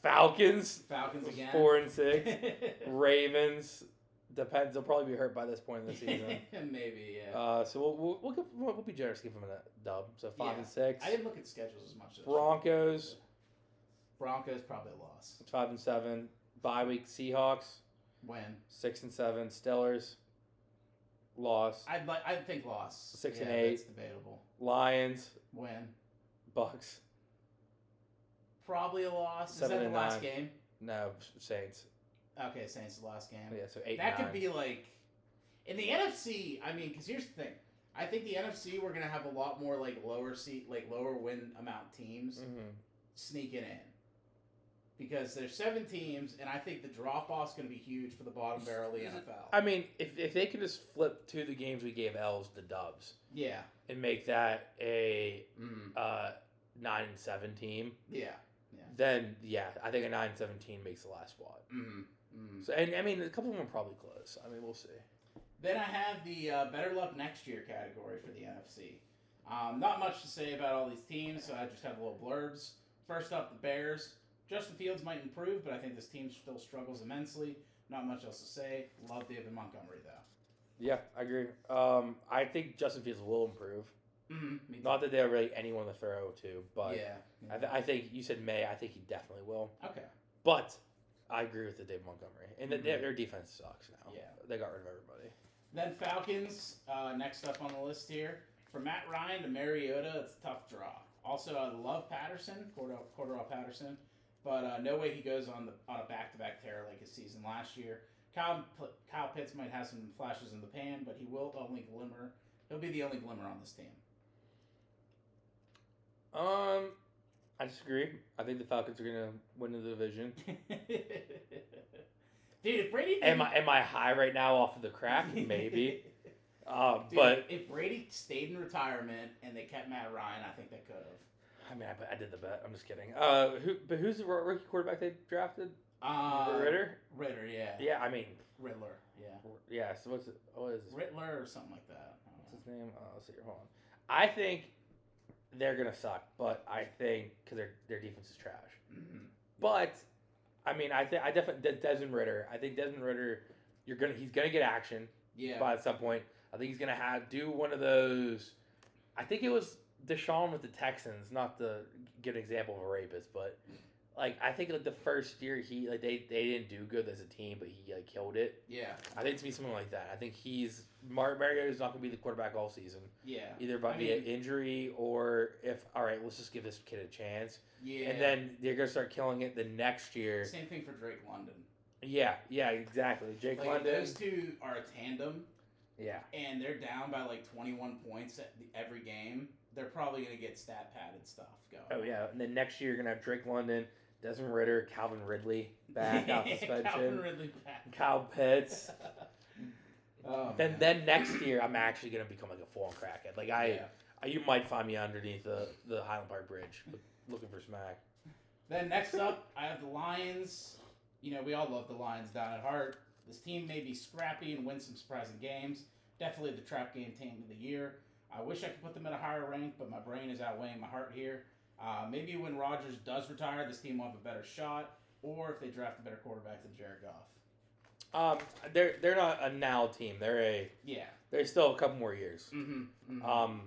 Falcons Falcons again. four and six. Ravens depends. They'll probably be hurt by this point in the season. Maybe, yeah. Uh, so we'll we'll, we'll, give, we'll we'll be generous, give them a dub. So five Yeah. and six. I didn't look at schedules as much. as I should. Broncos Broncos probably a loss. it's five and seven. Bye week Seahawks Win. six and seven. Steelers loss. I'd like. I think loss. Six yeah, and eight. That's debatable. Lions Win. Bucks Probably a loss. Seven Is that and the last nine. game? no Saints. Okay, Saints the last game. Yeah, so eight. that and could nine. be like in the NFC. I mean, because here's the thing. I think the NFC we're gonna have a lot more like lower seat, like lower win amount teams Mhm. sneaking in because there's seven teams, and I think the drop off's gonna be huge for the bottom barrel of the Is it- NFL. I mean, if, if they could just flip two of the games we gave L's the dubs yeah, and make that a mm, uh, nine and seven team, yeah, then yeah, I think a nine and seventeen makes the last spot. mm, mm. So and I mean, a couple of them are probably close. I mean, we'll see. Then I have the uh, better luck next year category for the NFC. Um, not much to say about all these teams, so I just have little blurbs. First up, the Bears. Justin Fields might improve, but I think this team still struggles immensely. Not much else to say. Love David Montgomery though. Yeah, I agree. Um, I think Justin Fields will improve. Mm-hmm. Me too. Not that they're really anyone to throw to, but yeah. I, th- I think you said May. I think he definitely will. okay. But I agree with the Dave Montgomery, and the, Mhm. their defense sucks now. Yeah. they got rid of everybody. Then Falcons, uh, next up on the list here. From Matt Ryan to Mariota, it's a tough draw. Also, I love Patterson, Cordell, Cordell Patterson, but uh, no way he goes on the on a back to back tear like his season last year. Kyle, P- Kyle Pitts might have some flashes in the pan, but he will only glimmer. He'll be the only glimmer on this team. Um, I disagree. I think the Falcons are gonna win the division. Dude, if Brady Am I am I high right now off of the crack? Maybe. Uh, Dude, but if Brady stayed in retirement and they kept Matt Ryan, I think they could have. I mean, I, I did the bet. I'm just kidding. Uh, who? But who's the ro- rookie quarterback they drafted? Uh, Ritter. Ritter, yeah. Yeah, I mean, Riddler, yeah. yeah. So what's it, what is his, Riddler or something like that. I what's don't know. his name? Uh, let's see here. Hold on. I think they're gonna suck, but I think because their their defense is trash. Mhm. But I mean, I think I definitely Desmond Ritter. I think Desmond Ritter. You're gonna he's gonna get action. Yeah. by at some point. I think he's gonna have do one of those. I think it was Deshaun with the Texans, not to get an example of a rapist, but like I think like the first year he like they, they didn't do good as a team, but he like killed it. yeah. I think it's gonna be something like that. I think he's Mar- Mariota's not gonna be the quarterback all season, Yeah. either by I via mean- injury or if all right, let's just give this kid a chance, Yeah. and then they're gonna start killing it the next year. same thing for Drake London. Yeah, yeah, exactly. Jake Like London. those two are a tandem, Yeah, and they're down by like 21 points at the, every game. They're probably gonna get stat padded stuff Oh going. yeah, and then next year you're gonna have Drake London, Desmond Ritter, Calvin Ridley back out Calvin suspension, Ridley back. Kyle Pitts. oh, Then man. then next year I'm actually gonna become like a full on crackhead. Like I, Yeah. I- you might find me underneath the, the Highland Park Bridge look- looking for smack. Then next up, I have the Lions. You know, we all love the Lions down at heart. This team may be scrappy and win some surprising games. Definitely the trap game team of the year. I wish I could put them at a higher rank, but my brain is outweighing my heart here. Uh, maybe when Rodgers does retire, this team will have a better shot, or if they draft a better quarterback than Jared Goff. Um, they're they're not a now team. They're a Yeah. they're still a couple more years. Mm-hmm. Um,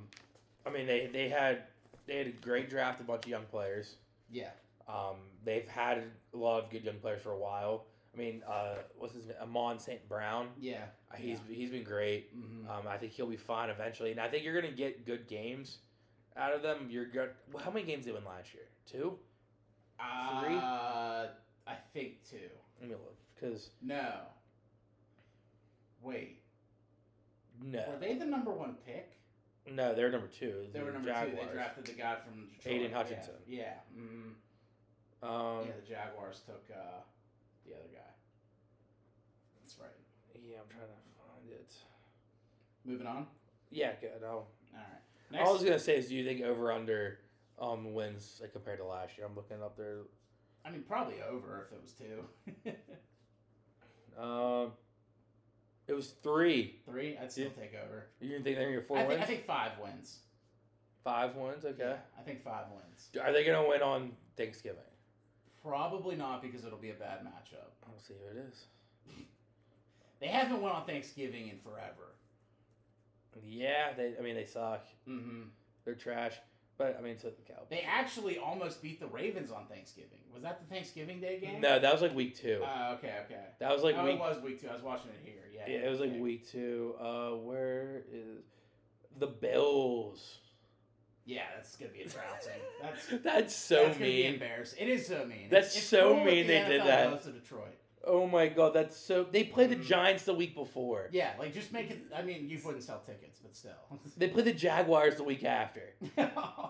I mean they they had they had a great draft, a bunch of young players. yeah. Um, they've had a lot of good young players for a while. I mean, uh, what's his name? Amon St. Brown. Yeah. Uh, He's he's been great. hmm Um, I think he'll be fine eventually, and I think you're gonna get good games out of them. You're good. Well, how many games did they win last year? Two. three? Uh, I think two. Let me look. Because No. Wait. no, Were they the number one pick? no, they're number two. They were the number two. They Jaguars. drafted the guy from Detroit. Aiden yeah. Hutchinson. Yeah. mhm. Um, yeah. The Jaguars took uh, the other guy. That's right. yeah, I'm trying to find it. Moving on. Yeah, good. I'll, All right. I Next. was gonna say is, do you think over under um wins like compared to last year? I'm looking up there. I mean, probably over if it was two. Um, it was three. Three, I'd still Yeah. take over. You didn't think they're gonna get four I, wins? think, I think five wins. Five wins. Okay. Yeah, I think five wins. Are they gonna win on Thanksgiving? Probably not because it'll be a bad matchup. I'll see who it is. They haven't won on Thanksgiving in forever. Yeah, they. I mean, they suck. hmm They're trash. But I mean, so the Cowboys. They actually almost beat the Ravens on Thanksgiving. Was that the Thanksgiving Day game? No, that was like week two. Oh, okay, okay. that was like oh, week. it was week two. I was watching it here. Yeah. yeah, it was like okay. week two. Uh, where is the Bills? Yeah, that's gonna be a trouncing. That's that's so that's Gonna be mean. embarrassing. It is so mean. That's It's- it's so cool mean that the they did NFL that. Goes to Detroit. Oh my god, that's so. They played the Mhm. Giants the week before. Yeah, like just make it. I mean, you wouldn't sell tickets, but still. They played the Jaguars the week after.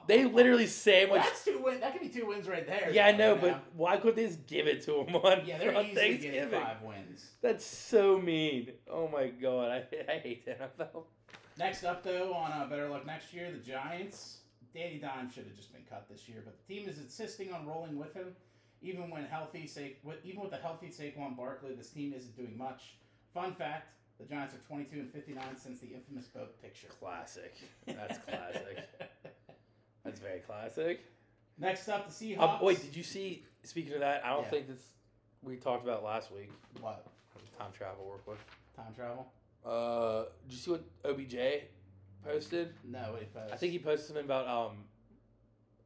They literally sandwiched. That's two win. That could be two wins right there. Yeah, I know, though, you but why couldn't they just give it to them on, yeah, they're on easily getting Thanksgiving? five wins. That's so mean. Oh my god, I, I hate the NFL. Next up, though, on uh, better luck next year, the Giants. Danny Dimes should have just been cut this year, but the team is insisting on rolling with him, even when healthy. Sa- with- even with the healthy Saquon Barkley, this team isn't doing much. Fun fact: the Giants are 22 and 59 since the infamous boat picture. Classic. That's classic. That's very classic. Next up, the Seahawks. Um, wait, did you see? Speaking of that, I don't Yeah. think this we talked about it last week. what Time travel real quick. time travel? Uh, did you see what OBJ posted? No, wait, but I think he posted something about um,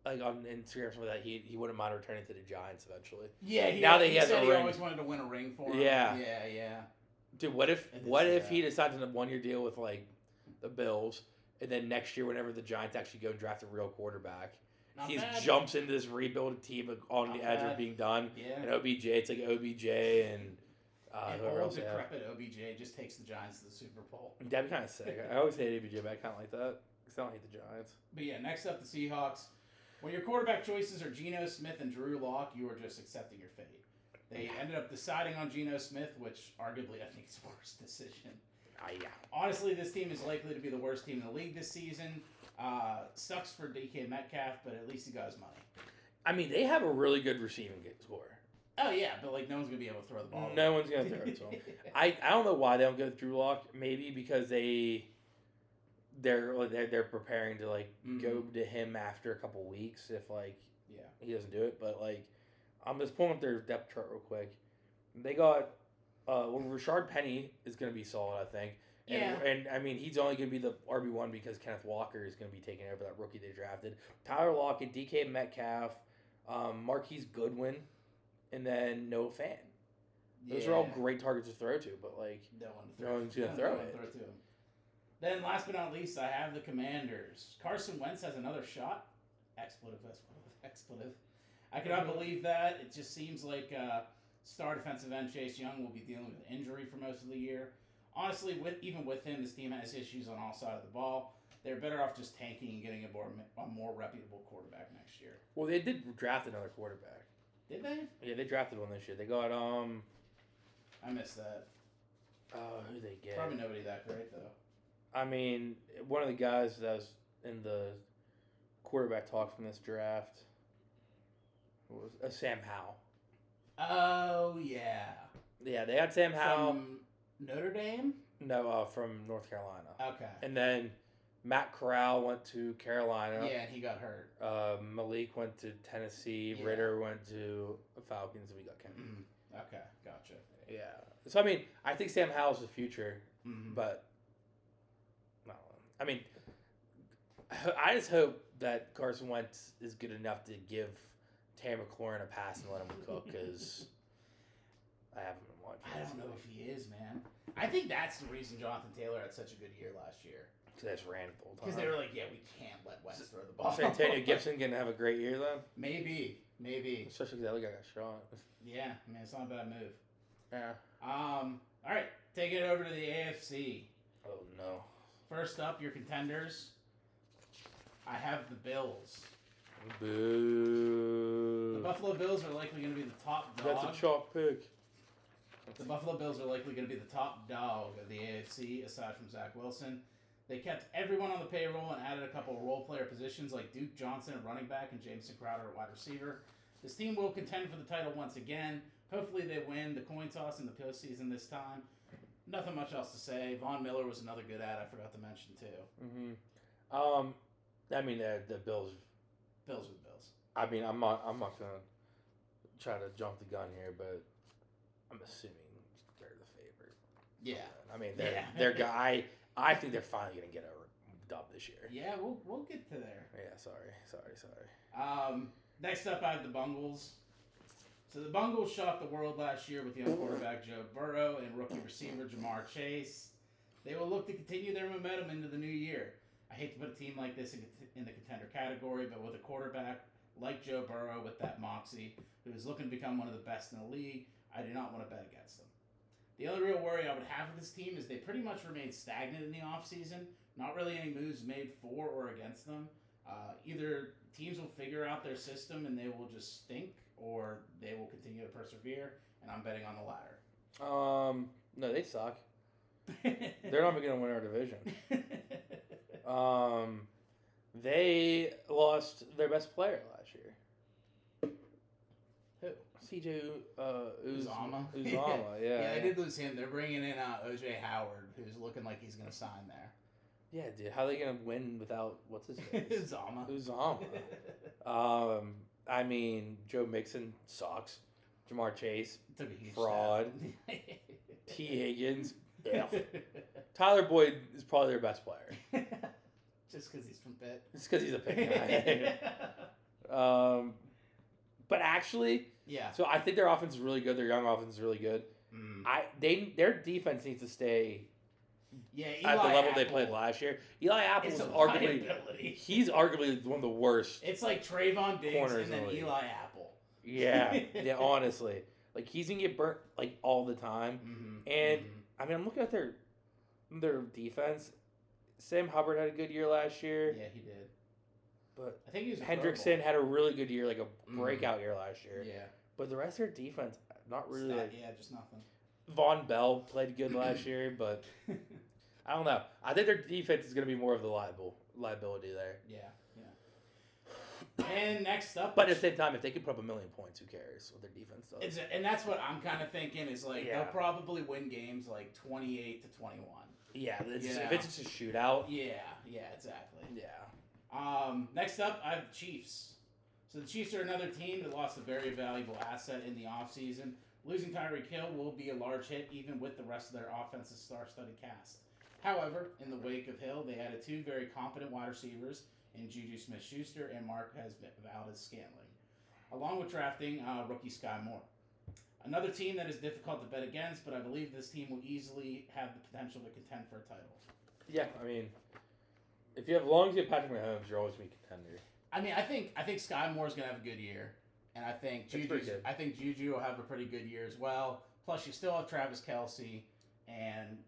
like on Instagram or something like that he he wouldn't mind returning to the Giants eventually. yeah. He, now that he he has said a he ring. always wanted to win a ring for him. Yeah. yeah, yeah. Dude, what if I did what see if that. he decides on a one year deal with like the Bills, and then next year, whenever the Giants actually go and draft a real quarterback, Not he bad. jumps into this rebuild team on Not the edge bad. of being done. Yeah. And OBJ, it's like OBJ and uh, and whoever old else. they have. decrepit OBJ just takes the Giants to the Super Bowl. That'd be kind of sick. I always hate OBJ, but I kind of like that because I don't hate the Giants. But yeah, next up the Seahawks. When your quarterback choices are Geno Smith and Drew Lock, you are just accepting your fate. They ended up deciding on Geno Smith, which arguably I think is the worst decision. Ah, yeah. Honestly, this team is likely to be the worst team in the league this season. Uh, sucks for DK Metcalf, but at least he got his money. I mean, they have a really good receiving g- score. Oh yeah, but like no one's gonna be able to throw the ball. No one's gonna throw it to him. I, I don't know why they don't go with Drew Lock. Maybe because they they're like, they're, they're preparing to like Mhm. go to him after a couple weeks if like Yeah. he doesn't do it. But like I'm just pulling up their depth chart real quick. They got uh well Richard Penny is gonna be solid, I think. And, Yeah. and I mean he's only gonna be the RB one because Kenneth Walker is gonna be taking over that rookie they drafted. Tyler Lockett, DK Metcalf, um, Marquise Goodwin, and then Noah Fan. Those are all Yeah. great targets to throw to, but like No one to No throw. one's gonna No throw one it. to him. Then, last but not least, I have the Commanders. Carson Wentz has another shot. Expletive, expletive, expletive. I cannot believe that. It just seems like uh, star defensive end Chase Young will be dealing with injury for most of the year. Honestly, with even with him, this team has issues on all sides of the ball. They're better off just tanking and getting a more, a more reputable quarterback next year. well they did draft another quarterback. Did they? Yeah, they drafted one this year. They got um I missed that. uh who they get? Probably nobody that great though. I mean, one of the guys that was in the quarterback talk from this draft was uh, Sam Howell. Oh yeah. Yeah, they had Sam Howell. From Notre Dame. no, uh, from North Carolina. Okay. And then Matt Corral went to Carolina. Yeah, and he got hurt. Uh, Malik went to Tennessee. Yeah. Ritter went to the Falcons. and We got Kenny. okay, gotcha. Yeah. So I mean, I think Sam Howell's the future, Mhm. but no. I mean, I just hope that Carson Wentz is good enough to give Terry McLaurin a pass and let him cook because I haven't been watching. I don't know if he is, man. I think that's the reason Jonathan Taylor had such a good year last year Because that's ran the whole because time. they were like, yeah, we can't let Wentz Uh-huh. S- throw the ball. Is Antonio Gibson gonna have a great year then? maybe, maybe. Especially because the other guy got shot. Yeah, I mean, it's not a bad move. Yeah. Um, all right, take it over to the AFC. Oh no. First up, your contenders. I have the Bills. The Boo. Buffalo Bills are likely going to be the top dog. That's a chalk pick. The Buffalo Bills are likely going to be the top dog of the AFC, aside from Zach Wilson. They kept everyone on the payroll and added a couple role player positions like Duke Johnson at running back and Jameson Crowder at wide receiver. This team will contend for the title once again. Hopefully, they win the coin toss in the postseason this time. Nothing much else to say. Von Miller was another good ad I forgot to mention too. Mm-hmm. Um, I mean the the Bills. Bills with Bills. I mean I'm not I'm not gonna try to jump the gun here, but I'm assuming they're the favorite. Yeah. I mean they're Yeah. they're guy. I think they're finally gonna get a dub this year. Yeah, we'll we'll get to there. Yeah. Sorry. Sorry. Sorry. Um, next up, I have the Bungles. So the Bungles shocked the world last year with young quarterback Joe Burrow and rookie receiver Jamar Chase. They will look to continue their momentum into the new year. I hate to put a team like this in, cont- in the contender category, but with a quarterback like Joe Burrow with that moxie, who is looking to become one of the best in the league, I do not want to bet against them. The only real worry I would have with this team is they pretty much remain stagnant in the offseason. Not really any moves made for or against them. Uh, either teams will figure out their system and they will just stink, or they will continue to persevere. And I'm betting on the latter. Um. No, they suck. They're not even gonna win our division. Um, they lost their best player last year. Who? CJ uh, Uz- Uzama. Uzama, yeah. yeah, they did lose him. They're bringing in uh, OJ Howard, who's looking like he's going to sign there. Yeah, dude. How are they gonna win without what's his name? Zama. Uzama. Um, I mean, Joe Mixon sucks. Jamar Chase, Took a huge Fraud. step. T. Higgins, yeah. Tyler Boyd is probably their best player. Just because he's from Pitt. It's because he's a big guy. um, but actually, yeah. so I think their offense is really good. Their young offense is really good. Mm. I they their defense needs to stay Yeah. at the Eli level they Apple played last year. Eli Apple is is a arguably liability. he's arguably one of the worst. It's like Trayvon Diggs Corners and in then the league. Eli Apple. Yeah, yeah. Honestly, like he's gonna get burnt like all the time. Mm-hmm. And- I mean, I'm looking at their their defense. Sam Hubbard had a good year last year, Mm-hmm. yeah, he did. but I think he was a Pro Hendrickson had a really good year, like a Mhm. breakout year last Bowl. year. Yeah. But the rest of their defense, not really. Stat- like- yeah, just nothing. Von Bell played good last year, but I don't know. I think their defense is gonna be more of the liable liability there. yeah. Yeah. And next up, But at the same time, if they could put up a million points, who cares what their defense does? it's and that's what I'm kind of thinking is like Yeah. they'll probably win games like 28 to 21. yeah, it's Yeah. if it's just a shootout, Yeah, yeah, exactly. yeah. Um, next up, I have the Chiefs. So the Chiefs are another team that lost a very valuable asset in the offseason. Losing Tyreek Hill will be a large hit, even with the rest of their offensive star-studded cast. However, in the wake of Hill, they added two very competent wide receivers in Juju Smith-Schuster and Marquez Valdez-Scantling, along with drafting uh, rookie Sky Moore. Another team that is difficult to bet against, but I believe this team will easily have the potential to contend for a title. Yeah, I mean, if you have as long as you have Patrick Mahomes, you're always gonna be a contender. I mean, I think I think Sky Moore's gonna have a good year, and I think That's Juju. pretty good. I think Juju will have a pretty good year as well. Plus, you still have Travis Kelsey and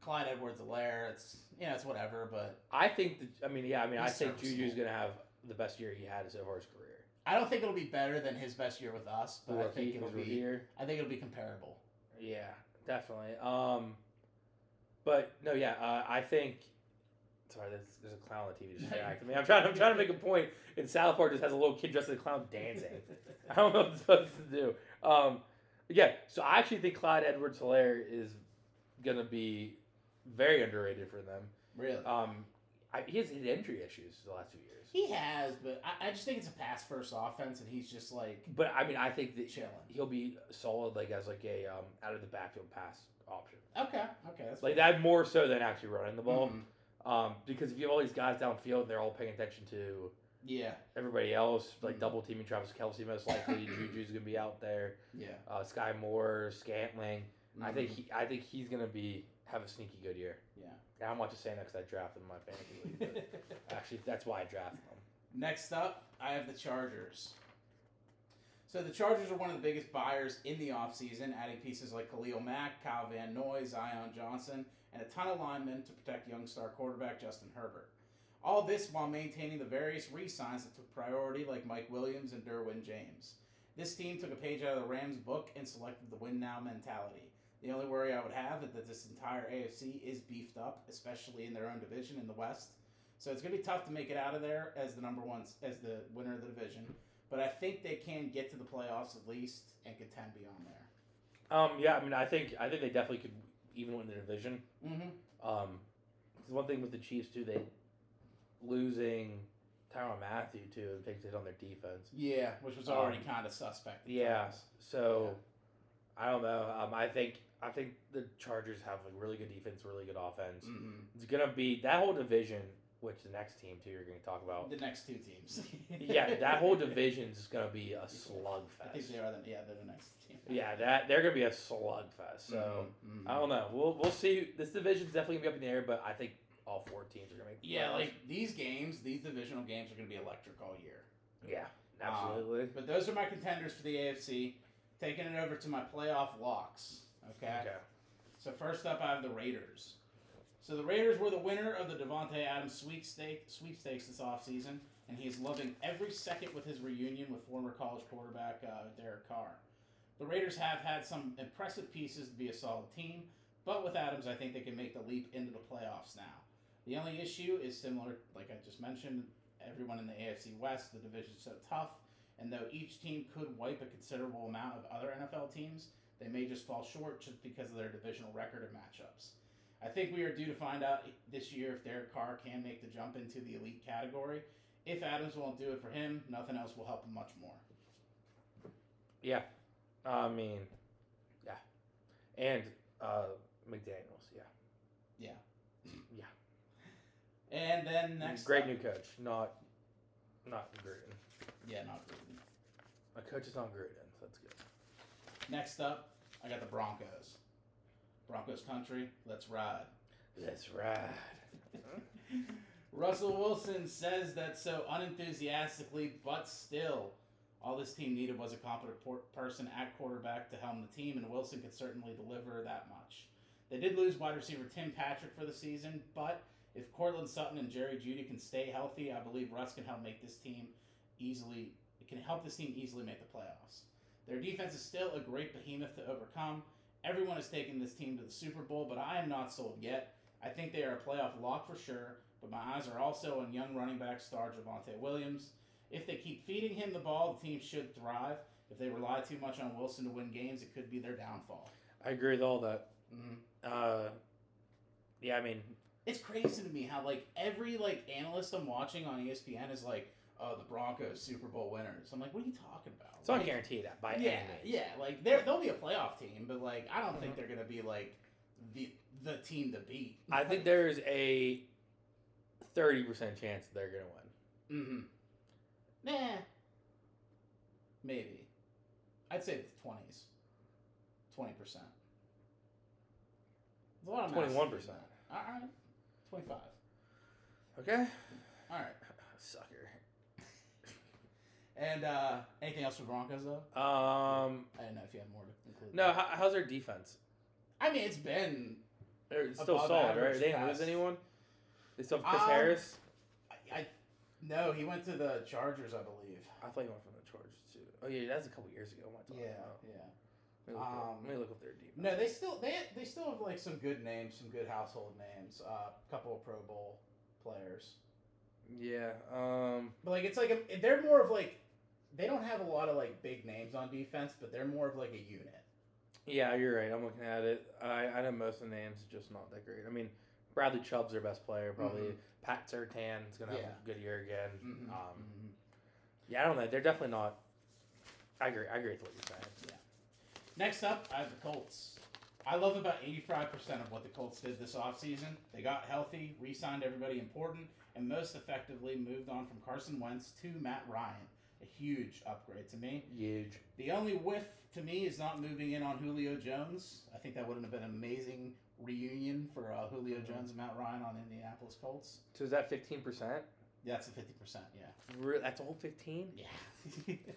Clyde Edwards-Helaire. It's you know it's whatever, but I think. The, I mean, yeah. I mean, I He's think serviceable. Juju's gonna have the best year he had so far his career. I don't think it'll be better than his best year with us. But I Rookie, think it'll his rookie be. year. I think it'll be comparable. Yeah, definitely. Um, but no, yeah. Uh, I think. Sorry, there's, there's a clown on the TV just distracting me. I'm trying. I'm trying to make a point. And South Park just has a little kid dressed as a clown dancing. I don't know what I'm supposed to do. Um, yeah, so I actually think Clyde Edwards Hilaire is going to be very underrated for them. really. Um, I, he has hit injury issues the last two years. He has, but I, I just think it's a pass first offense, and he's just like But I mean, I think that chilling. he'll be solid, like as like a um, out of the backfield pass option, Okay, okay, that's like fair. that more so than actually running the ball. Mhm. Um, because if you have all these guys downfield and they're all paying attention to Yeah, everybody else, like Mhm. double teaming Travis Kelsey most likely, Juju's gonna be out there, yeah. uh, Sky Moore, Scantling. I think Mhm. he, I think he's gonna be have a sneaky good year. Yeah. And I'm not just saying that because I drafted him in my fantasy league. but actually, that's why I drafted him. Next up, I have the Chargers. So the Chargers are one of the biggest buyers in the offseason, adding pieces like Khalil Mack, Kyle Van Noy, Zion Johnson, and a ton of linemen to protect young star quarterback Justin Herbert. All this while maintaining the various re-signs that took priority like Mike Williams and Derwin James. This team took a page out of the Rams' book and selected the win now mentality. The only worry I would have is that this entire AFC is beefed up, especially in their own division in the West. So it's gonna be tough to make it out of there as the number one, as the winner of the division. But I think they can get to the playoffs at least and contend beyond there. Um, yeah, I mean, I think I think they definitely could even win the division. Mm-hmm. Um, 'cause one thing with the Chiefs too, they losing Tyron Matthew too takes it on their defense. Yeah, which was already Um, kind of suspect. at Yeah, times. so I don't know. Um, I think I think the Chargers have like really good defense, really good offense. Mhm. It's gonna be that whole division, which the next team too you're gonna talk about. The next two teams. yeah, that whole division's gonna be a I think they slugfest. are. The, yeah, they're the next team. Yeah, that they're gonna be a slugfest. So. mm-hmm. Mhm, mhm. I don't know. We'll we'll see. This division's definitely gonna be up in the air, but I think all four teams are gonna make. the yeah, playoffs. like these games, these divisional games are going to be electric all year. yeah, absolutely. But those are my contenders for the AFC. Taking it over to my playoff locks. Okay. okay. So first up, I have the Raiders. So the Raiders were the winner of the Devonte Adams sweepstake, sweepstakes this offseason, and he is loving every second with his reunion with former college quarterback uh, Derek Carr. The Raiders have had some impressive pieces to be a solid team, but with Adams, I think they can make the leap into the playoffs now. The only issue is similar, like I just mentioned, everyone in the AFC West, the division's so tough, and though each team could wipe a considerable amount of other NFL teams, they may just fall short just because of their divisional record and matchups. I think we are due to find out this year if Derek Carr can make the jump into the elite category. If Adams won't do it for him, nothing else will help him much more. I mean, yeah, and uh, McDaniel's. Yeah, And then next, Mm, great up- new coach. Not not Gruden. Yeah, not Gruden. My coach is on Gruden, so that's good. Next up, I got the Broncos. Broncos country, let's ride. Let's ride. Russell Wilson says that so unenthusiastically, but still, all this team needed was a competent por- person at quarterback to helm the team, and Wilson could certainly deliver that much. They did lose wide receiver Tim Patrick for the season, but if Cortland Sutton and Jerry Judy can stay healthy, I believe Russ can help make this team easily can help this team easily make the playoffs. Their defense is still a great behemoth to overcome. Everyone has taken this team to the Super Bowl, but I am not sold yet. I think they are a playoff lock for sure, but my eyes are also on young running back star Javante Williams. If they keep feeding him the ball, the team should thrive. If they rely too much on Wilson to win games, it could be their downfall. I agree with all that. Mm-hmm. Uh, yeah, I mean, It's crazy to me how like every like analyst I'm watching on E ESPN is like, "Oh, the Broncos Super Bowl winners." I'm like, "What are you talking about?" so I Like, guarantee that by yeah, any means. yeah. Like they're, they'll be a playoff team, but like I don't think Mm-hmm. they're gonna be like the the team to beat. I think there is a thirty percent chance that they're gonna win. Mm-hmm. Nah. Maybe. I'd say it's twenties. Twenty percent. There's a lot of math to do 21%. that. All right. Twenty-five. Okay, All right. sucker. And uh, anything else for Broncos though? Um, I don't know if you have more to include. no. How, how's their defense? I mean, it's been. They're still Above solid, right? average They didn't pass. lose anyone. They still have Chris Um, Harris. I, I. No, he went to the Chargers, I believe. I thought he went from the Chargers too. Oh yeah, that's a couple years ago. What am I Yeah. talking about? Yeah. Let me, look up, Um, let me look up their defense. No, they still they they still have like some good names, some good household names. A couple of Pro Bowl players. Yeah. Um. But like it's like a, they're more of like they don't have a lot of like big names on defense, but they're more of like a unit. Yeah, you're right. I'm looking at it. I I know most of the names, just not that great. I mean, Bradley Chubb's their best player, probably. Mm-hmm. Pat Sertan's gonna have Yeah. a good year again. Mhm. Um, Mhm. yeah, I don't know. They're definitely not. I agree. I agree with what you're saying. Next up, I have the Colts. I love about 85% of what the Colts did this offseason. They got healthy, re signed everybody important, and most effectively moved on from Carson Wentz to Matt Ryan. A huge upgrade to me. Huge. The only whiff to me is not moving in on Julio Jones. I think that would have been an amazing reunion for uh, Julio Mhm. Jones and Matt Ryan on Indianapolis Colts. So is that fifteen percent? That's a 50%, yeah. That's a whole fifteen. Yeah.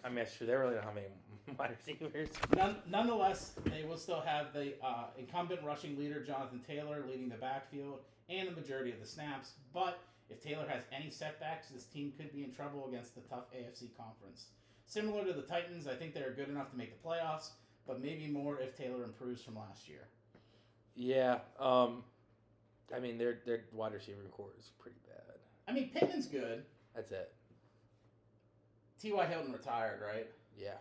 I mean, that's true. They really don't have many wide receivers. None, nonetheless, they will still have the uh, incumbent rushing leader Jonathan Taylor leading the backfield and the majority of the snaps. But if Taylor has any setbacks, this team could be in trouble against the tough AFC conference. Similar to the Titans, I think they are good enough to make the playoffs, but maybe more if Taylor improves from last year. Yeah. Um, I mean, their their wide receiver core is pretty bad. I mean, Pittman's good. That's it. T.Y. Hilton retired, right? Yeah.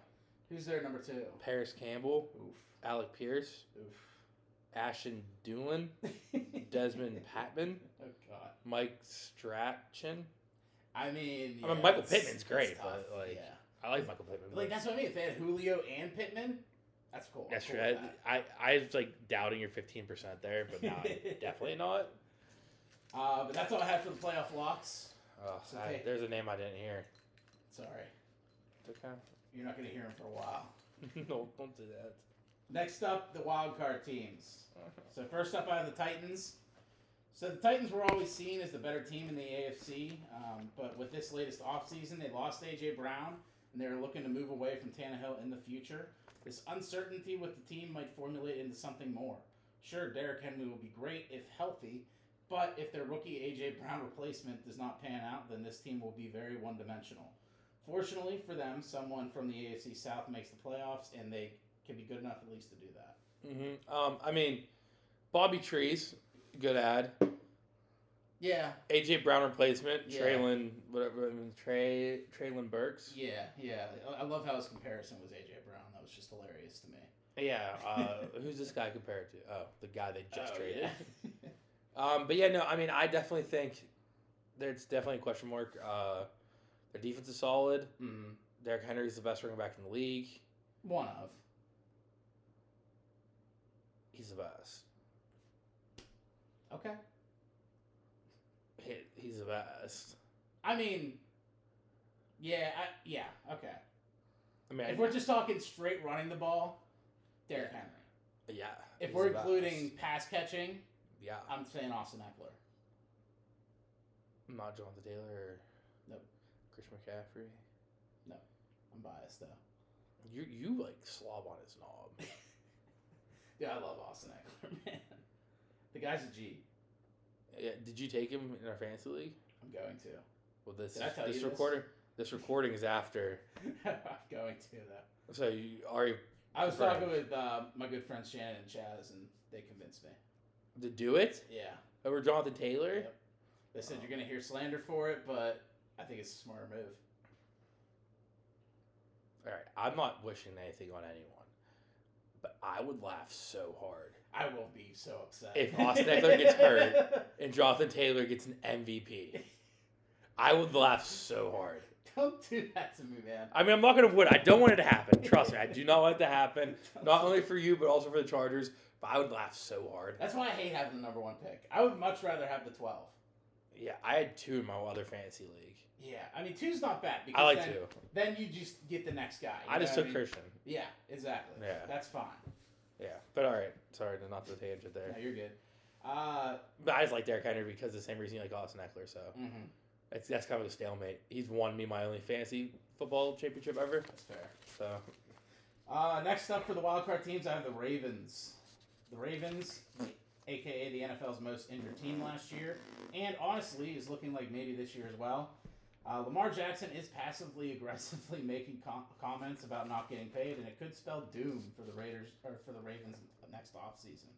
Who's their number two? Paris Campbell, Oof. Alec Pierce, Oof. Ashton Doolin, Desmond Patman, Oh, God. Mike Strachan. I mean, I yeah, mean, Michael it's- Pittman's it's great, tough, but, like, yeah. I like Michael Pittman. But, Like that's what I mean. If they had Julio and Pittman, that's cool. I'm That's cool true. with I, I, I was like doubting your fifteen percent there, but no, definitely not. that. Uh, but that's all I had for the playoff locks. Oh, It's I- okay. there's a name I didn't hear. Sorry, It's okay. you're not gonna hear them for a while. no, don't do that. Next up, the wild card teams. So first up, I have the Titans. So the Titans were always seen as the better team in the AFC, um, but with this latest offseason, they lost A.J. Brown, and they're looking to move away from Tannehill in the future. This uncertainty with the team might formulate into something more. Sure, Derrick Henry will be great if healthy, but if their rookie A.J. Brown replacement does not pan out, then this team will be very one dimensional. Fortunately for them, someone from the AFC South makes the playoffs, and they can be good enough at least to do that. hmm Um, I mean, Bobby Trees, good ad. Yeah, AJ Brown replacement. Yeah. Traylon, whatever. I mean, Trey Traylon Burks. Yeah, yeah. I I love how his comparison was AJ Brown. That was just hilarious to me. Yeah. Uh, who's this guy compared to? Oh, the guy they just Oh, traded. yeah. Um, but yeah, no, I mean, I definitely think there's definitely a question mark. Uh, their defense is solid. Mhm. Derrick Henry's the best running back in the league. One of. He's the best. Okay. He, he's the best. I mean, yeah, I, yeah, okay. I mean, If I, we're just talking straight running the ball, Derrick Henry. yeah. If he's we're the best. including pass catching, yeah, I'm saying Austin Eckler. not Jonathan Taylor. Or Nope. Chris McCaffrey. I'm biased though. You you like slob on his knob. Yeah, I love Austin Eckler, man. The guy's a G. yeah. Did you take him in our fantasy league? I'm going to. Well, this Did I tell this you this? recording this recording is after. I'm going to though. So you already I was Confirmed. talking with uh, my good friends Shannon and Chaz, and they convinced me. to do it Yeah. over Jonathan Taylor. Yep. They said you're going to hear slander for it, but I think it's a smarter move. All right, I'm not wishing anything on anyone, but I would laugh so hard I will be so upset. If Austin Eckler gets hurt. and Jonathan Taylor gets an MVP. I would laugh so hard. Don't do that to me, man. I mean, I'm not gonna would. I don't want it to happen. Trust me, I do not want it to happen. Not only for you, but also for the Chargers. But I would laugh so hard. That's why I hate having the number one pick. I would much rather have the 12. Yeah, I had two in my other fantasy league. Yeah. I mean, two's not bad. Because I like then, two. Then you just get the next guy. you I just know what took mean? Christian. Yeah, exactly. Yeah. That's fine. Yeah, but all right. Sorry to not the tangent No, there. you're good. Uh, But I just like Derek Henry because of the same reason you like Austin Eckler. So mhm, that's that's kind of a stalemate. He's won me my only fantasy football championship ever. That's fair. So Uh, next up for the wild card teams, I have the Ravens. The Ravens, aka the NFL's most injured team last year, and honestly is looking like maybe this year as well. Uh, Lamar Jackson is passively aggressively making com- comments about not getting paid, and it could spell doom for the Raiders or for the Ravens next offseason.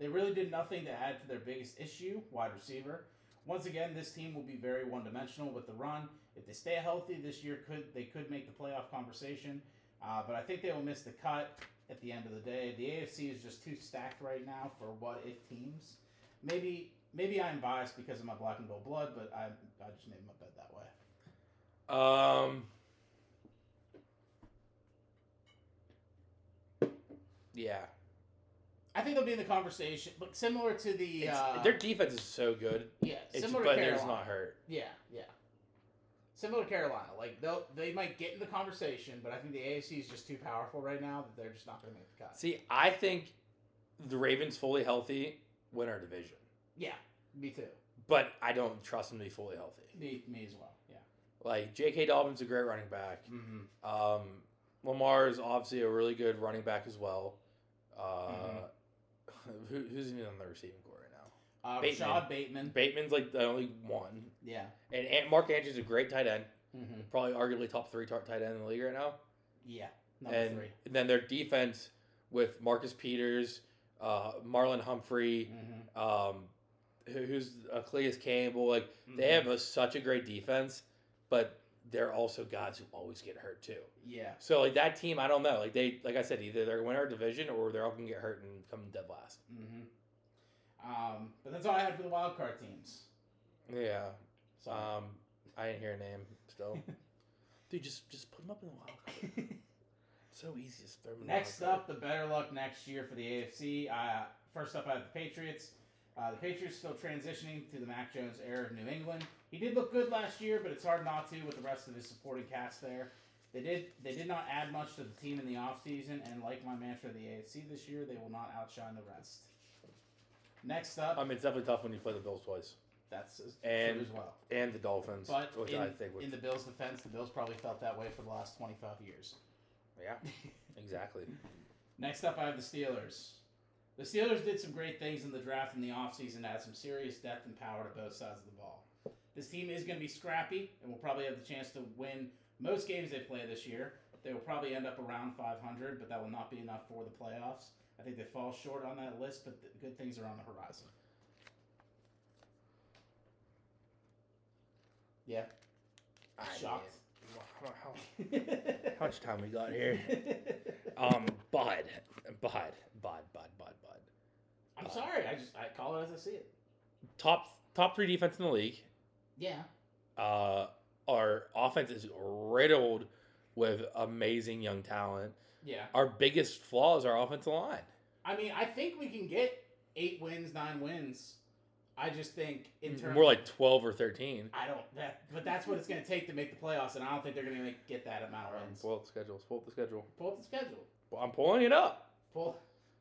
They really did nothing to add to their biggest issue, wide receiver. Once again, this team will be very one-dimensional with the run. If they stay healthy this year, could they could make the playoff conversation? Uh, but I think they will miss the cut at the end of the day. The AFC is just too stacked right now for what if teams. Maybe Maybe I'm biased because of my black and gold blood, but I I just made my bed that way. Um. Yeah, I think they'll be in the conversation, but similar to the It's- uh, their defense is so good. yeah, It's similar but to they're just Carolina. not hurt. Yeah, yeah. Similar to Carolina, like they'll they might get in the conversation, but I think the AFC is just too powerful right now that they're just not going to make the cut. See, I think the Ravens fully healthy win our division, Yeah, me too. but I don't trust them to be fully healthy. Me, me as well. Yeah. Like J.K. Dobbins a great running back. Mm-hmm. Um, Lamar is obviously a really good running back as well. Uh, Mm-hmm. who, who's even on the receiving core right now? Uh, Bateman. Rashad Bateman. Bateman's like the only one, Yeah. and Ant- Mark Andrews is a great tight end, Mm-hmm. probably arguably top three tar- tight end in the league right now. Yeah. Number and, 3 and then their defense with Marcus Peters, uh, Marlon Humphrey, Mm-hmm. um, who- who's uh, Cleus Campbell. Like Mm-hmm. they have a, such a great defense, but they're also guys who always get hurt too. Yeah. So like that team, I don't know. Like they, like I said, either they're gonna win our division or they're all gonna get hurt and come dead last. Mm-hmm. Um, but that's all I had for the wild card teams. Yeah. So. Um, I didn't hear a name still. Dude, just just put them up in the wild card. So easy, just throw them. in the wild Next card. up, the better luck next year for the AFC. Uh, first up, I have the Patriots. Uh, the Patriots still transitioning to the Mac Jones era of New England. He did look good last year, but it's hard not to with the rest of his supporting cast there. They did they did not add much to the team in the offseason, and like my mantra of the AFC this year, they will not outshine the rest. Next up, I mean, it's definitely tough when you play the Bills twice that's as- Um, and- true as well. and the Dolphins, But which in, I think would. in the Bills' defense, the Bills probably felt that way for the last 25 years. yeah, exactly. Next up, I have the Steelers. The Steelers did some great things in the draft in the offseason to add some serious depth and power to both sides of the ball. This team is going to be scrappy and will probably have the chance to win most games they play this year. They will probably end up around 500, but that will not be enough for the playoffs. I think they fall short on that list, but the good things are on the horizon. Yeah. I mean, Shocked. how, how, how much time we got here? Um, Bud, Bud, Bud, Bud, Bud, Bud. I'm sorry. I just I call it as I see it. Top top three defense in the league. Yeah. Uh, our offense is riddled with amazing young talent. Yeah. Our biggest flaw is our offensive line. I mean, I think we can get eight wins, nine wins. I just think in terms More like twelve or thirteen. I don't that, but that's what it's going to take to make the playoffs, and I don't think they're going to make, get that amount of wins. Pull up the schedules. Pull up the schedule. Pull up the schedule. I'm pulling it up. Pull,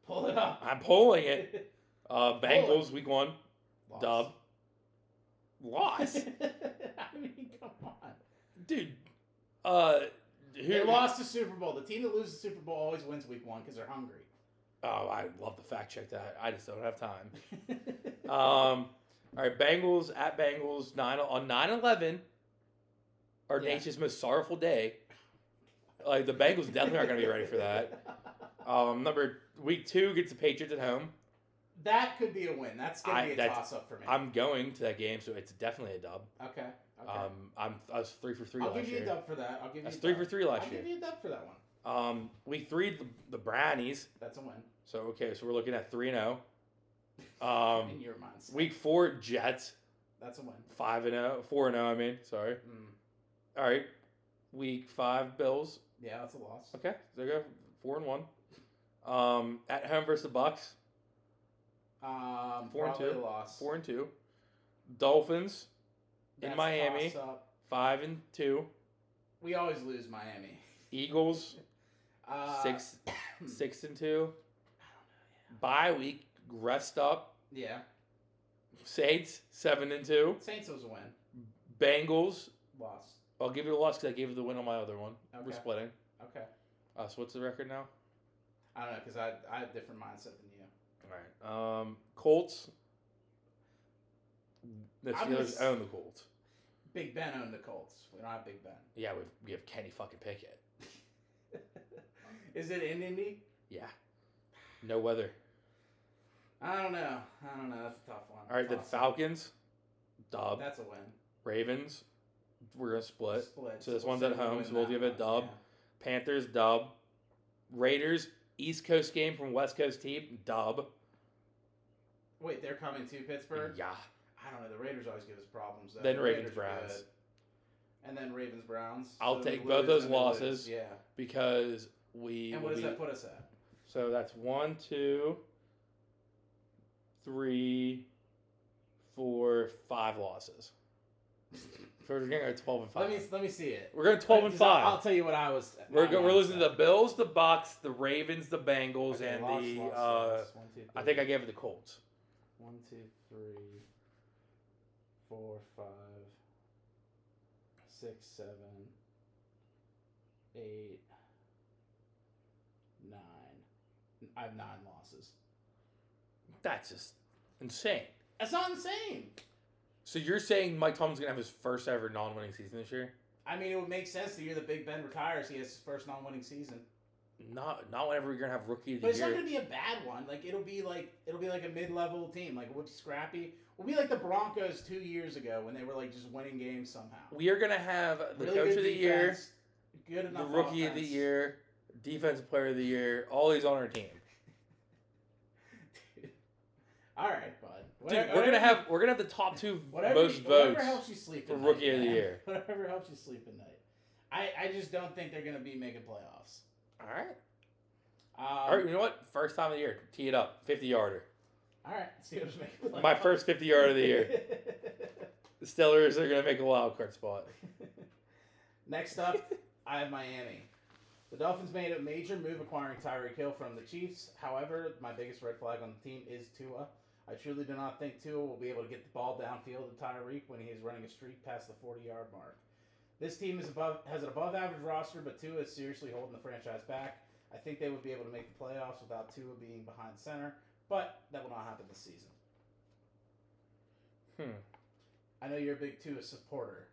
pull it up. I'm pulling it. Uh, Bengals week one Loss. dub loss, I mean, come on. dude. Uh, who They lost the Super Bowl. The team that loses the Super Bowl always wins Week One because they're hungry. Oh, I love the fact check that. I just don't have time. Um, all right, Bengals at Bengals nine on 9-11, Our Yeah. nation's most sorrowful day. Like the Bengals definitely aren't gonna be ready for that. Um, number week two gets the Patriots at home. That could be a win. That's going I- to be a that's- toss up for me. I'm going to that game, so it's definitely a dub. okay. Okay. Um, I'm I was three for 3 I'll last give you year. a dub for that. I'll give you That's a three dub. for three last I'll year. give you a dub for that one. Um, week three the, the Brownies. That's a win So okay, so we're looking at three and zero. Um, in your minds. week four Jets That's a win. five and zero, four and zero. I mean, sorry. Mm. All right. Week five, Bills. Yeah, that's a loss. Okay, there you go. Four and one. Um, at home versus the Bucks. Um, Four and probably two. A loss. Four and two. Dolphins in That's a Miami. toss-up. five and two. We always lose Miami. Eagles Uh, six six and two. Bye week rest up. Yeah. Saints seven and two. Saints was a win. Bengals. Loss. I'll give you the loss because I gave you the win on my other one. We're Okay. splitting. Okay. Uh, so what's the record now? I don't know because I I have a different mindset than you. All right. Um, Colts. The I'm gonna Steelers s- own the Colts. Big Ben owned the Colts. We don't have Big Ben. Yeah, we have, we have Kenny fucking Pickett. Is it in Indy? Yeah. No weather. I don't know. I don't know. That's a tough one. All right, the Toss-up. Falcons, dub. That's a win. Ravens, we're going to split. Split. So this We'll one's say at we home, win so we'll that give it a one, dub. yeah. Panthers, dub. Raiders, East Coast game from West Coast team, dub. Wait, they're coming to Pittsburgh. Yeah. I don't know. The Raiders always give us problems. Though. Then The Ravens, Raiders are Browns. good. And then Ravens Browns. I'll we take both lose those and we lose. losses. Yeah. Because we. And what will does be- that put us at? So that's one, two, three, four, five losses. So we're gonna go twelve and Let five. me let me see it. we're going twelve and Because I- I'll five. tell you what I was. We're I go, we're was losing to at. the Bills, the Bucks, the Ravens, the Bengals, Okay, and lost, the. lost, uh, lost. One, two, I think three. I gave it the Colts. One, two, three, four, five, six, seven, eight, nine. I have nine losses. That's just insane. That's not insane. So you're saying Mike Tomlin's gonna have his first ever non-winning season this year? I mean, it would make sense the year that Big Ben retires, he has his first non-winning season. Not not whenever you're gonna have rookie of the But it's year. not going to be a bad one. Like it'll be like it'll be like a mid-level team. Like we'll be scrappy. We'll be like the Broncos two years ago when they were like just winning games somehow. we are gonna have the Really coach good of the year, defense, good the enough rookie of the offense. year, defensive player of the year, all these on our team. All right, bud. Dude, Whatever- we're gonna whatever- have we're gonna have the top two whatever, most whatever votes. helps you sleep for at Rookie night, of the man. Year. Whatever helps you sleep at night. I, I just don't think they're gonna be making playoffs. All right, Um, all right. You know what? First time of the year, tee it up, fifty yarder. all right. Steelers making playoffs. My first fifty yarder of the year. The Steelers are gonna make a wild card spot. Next up, I have Miami. The Dolphins made a major move acquiring Tyreek Hill from the Chiefs. However, my biggest red flag on the team is Tua. I truly do not think Tua will be able to get the ball downfield to Tyreek when he is running a streak past the 40-yard mark. This team is above has an above-average roster, but Tua is seriously holding the franchise back. I think they would be able to make the playoffs without Tua being behind center, but that will not happen this season. Hmm. I know you're a big Tua supporter.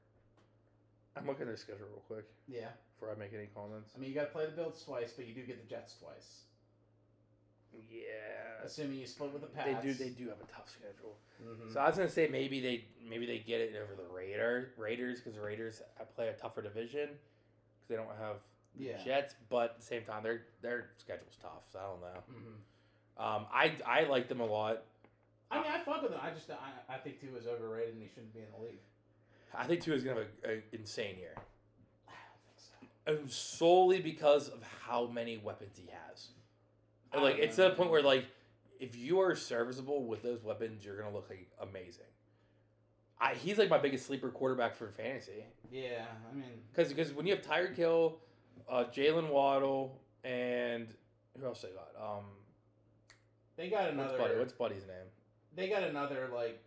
I'm looking at their schedule real quick Yeah. before I make any comments. I mean, you got to play the Bills twice, but you do get the Jets twice. Yeah, Assuming you split with the Pats. they do. They do have a tough schedule. Mhm. So I was gonna say maybe they maybe they get it over the Raider Raiders because the Raiders uh, play a tougher division because they don't have the Yeah. Jets, but at the same time their their schedule's tough. So I don't know. Mhm. Um, I I like them a lot. I mean, I fuck with them. I just I, I think Tua is overrated and he shouldn't be in the league. I think Tua's gonna have an insane year, I don't think so. and solely because of how many weapons he has. I like don't it's know. to the point where like if you are serviceable with those weapons, you're gonna look like amazing. I, he's like my biggest sleeper quarterback for fantasy. Yeah, I mean, Because when you have Tyreek Hill, uh, Jalen Waddle, and who else they got? Um, they got what's, another. Buddy, what's Buddy's name? They got another like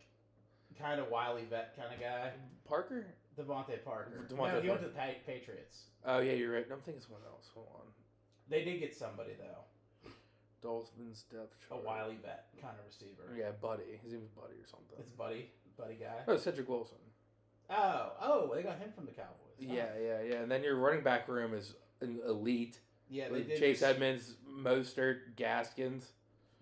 kind of wily vet kind of guy, Parker? Devontae Parker. Devontae no, he went to the Pa- Patriots. Oh yeah, you're right. I'm thinking someone else. Hold on. They did get somebody though, Dolphins depth a wily vet kind of receiver. Yeah, Buddy. His name is Buddy or something. It's Buddy, Buddy guy. Oh, Cedric Wilson. Oh, oh, they got him from the Cowboys. Oh. Yeah, yeah, yeah. And then your running back room is an elite. yeah, they with did. Chase just- Edmonds, Mostert, Gaskins.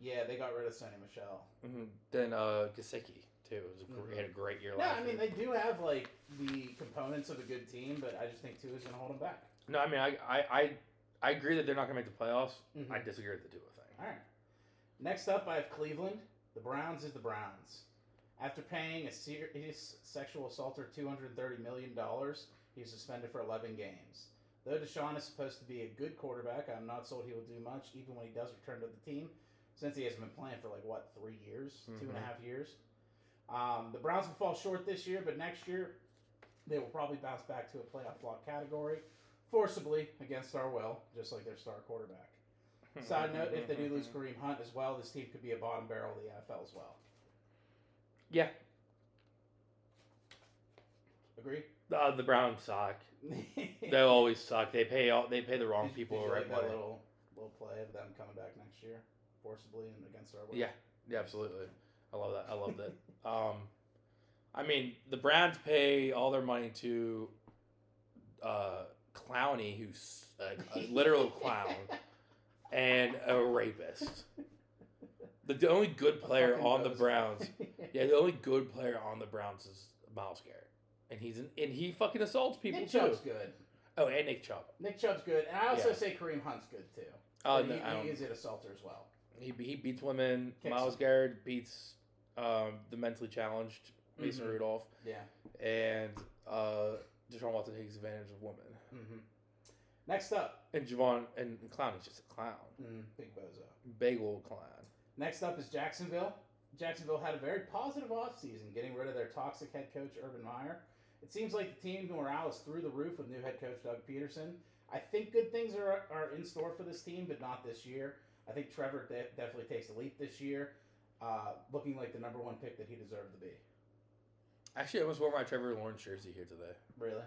Yeah, they got rid of Sonny Michelle. Mhm. Then uh, Gasicki too. It was a, gr- Mhm. he had a great year No, last I year. mean they do have like the components of a good team, but I just think Tua's gonna hold them back. No, I mean I, I, I, I agree that they're not going to make the playoffs. I Mhm. disagree with the Tua thing. All right. Next up, I have Cleveland. The Browns is the Browns. After paying a serious sexual assaulter $230 million, he was suspended for 11 games. Though Deshaun is supposed to be a good quarterback, I'm not sold he will do much, even when he does return to the team, since he hasn't been playing for like, what, three years? Two and a Mhm. half years? Um, the Browns will fall short this year, but next year they will probably bounce back to a playoff block category, forcibly against our will, just like their star quarterback. Hmm. Side note: If they do lose Kareem Hunt as well, this team could be a bottom barrel of the NFL as well. Yeah. Agree. uh, the Browns suck. They Did always suck. They pay all. They pay the wrong you- people did the you right like that money. little little play of them coming back next year, forcibly and against our will. Yeah. Yeah, absolutely. I love that. I love that. um, I mean, the Browns pay all their money to uh, Clowney, who's a, a literal clown and a rapist. The, the only good player Fucking on the goes. Browns Yeah, the only good player on the Browns is Miles Garrett, and he's an, and he fucking assaults people Nick too. Chubb's good. Oh, and Nick Chubb. Nick Chubb's good, and I also Yeah. say Kareem Hunt's good too. Uh, But no, he, I he don't- is an assaulter as well. he, he beats women. Kicks Miles them. Garrett beats um, the mentally challenged Mason Mhm. Rudolph, Yeah. and uh, Deshaun Watson takes advantage of women. Mm-hmm. Next up, Mm, And Javon and Clowney's just a clown, Big Bozo. bagel clown. Next up is Jacksonville. Jacksonville had a very positive offseason, getting rid of their toxic head coach, Urban Meyer. It seems like the team morale is through the roof with new head coach Doug Peterson. I think good things are, are in store for this team, but not this year. I think Trevor de- definitely takes a leap this year, uh, looking like the number one pick that he deserved to be. Actually, I almost wore my Trevor Lawrence jersey here today. Really?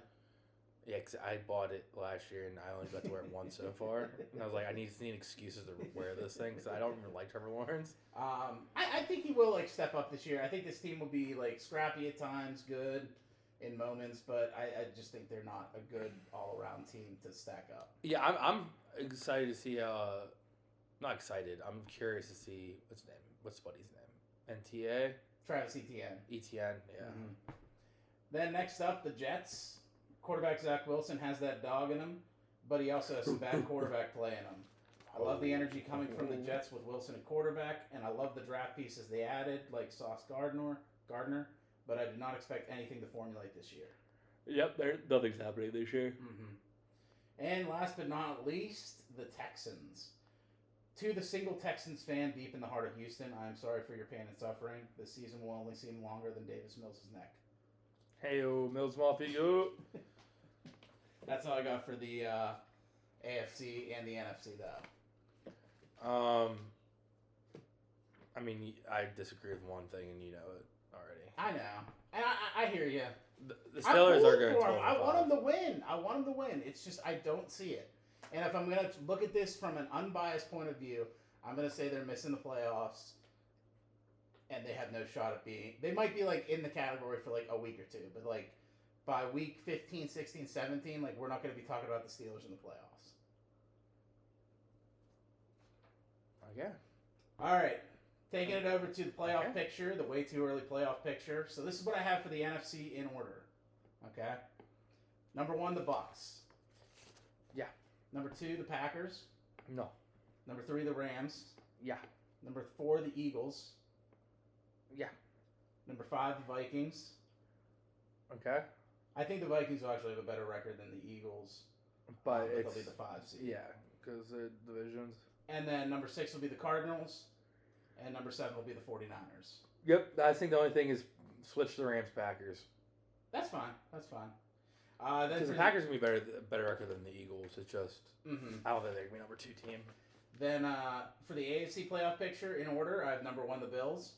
Yeah, 'cause I bought it last year and I only got to wear it once so far. And I was like, I need, need excuses to wear this thing because I don't even like Trevor Lawrence. Um, I, I think he will like step up this year. I think this team will be like scrappy at times, good in moments, but I, I just think they're not a good all around team to stack up. Yeah, I'm, I'm excited to see. Uh, not excited. I'm curious to see what's his name. What's buddy's name? NTA, Travis Etienne. ETN. E Yeah. Mm-hmm. Mhm. Then next up, the Jets. Quarterback Zach Wilson has that dog in him, but he also has some bad quarterback play in him. I love the energy coming from the Jets with Wilson at quarterback, and I love the draft pieces they added, like Sauce Gardner. Gardner, but I do not expect anything to formulate this year. Yep. There, nothing's happening this year. Mm-hmm. And last but not least, the Texans. To the single Texans fan deep in the heart of Houston, I am sorry for your pain and suffering. This season will only seem longer than Davis Mills' neck. Hey, oh, Mills Mafia. go. That's all I got for the uh, AFC and the NFC, though. Um, I mean, I disagree with one thing, and you know it already. I know, and I, I, I hear you. The, the Steelers are going. for 'em. I 12 and want five. them to win. I want them to win. It's just I don't see it. And if I'm gonna look at this from an unbiased point of view, I'm gonna say they're missing the playoffs, and they have no shot at being. They might be like in the category for like a week or two, but like by week 15, 16, 17, like we're not gonna be talking about the Steelers in the playoffs. Yeah. All right. Taking it over to the playoff Okay. picture, the way too early playoff picture. So this is what I have for the NFC in order. Okay. Number one, the Bucks. Yeah. Number two, the Packers. No. Number three, the Rams. Yeah. Number four, the Eagles. Yeah. Number five, the Vikings. Okay. I think the Vikings will actually have a better record than the Eagles. um, But they'll be it's the five seed. yeah, because the divisions. And then number six will be the Cardinals. And number seven will be the 49ers. Yep. I think the only thing is switch the Rams Packers. That's fine. That's fine. Uh, then Because for the Packers gonna be better better record than the Eagles. It's just Mhm. I don't think they're gonna be number two team. Then uh, for the AFC playoff picture in order, I have number one the Bills,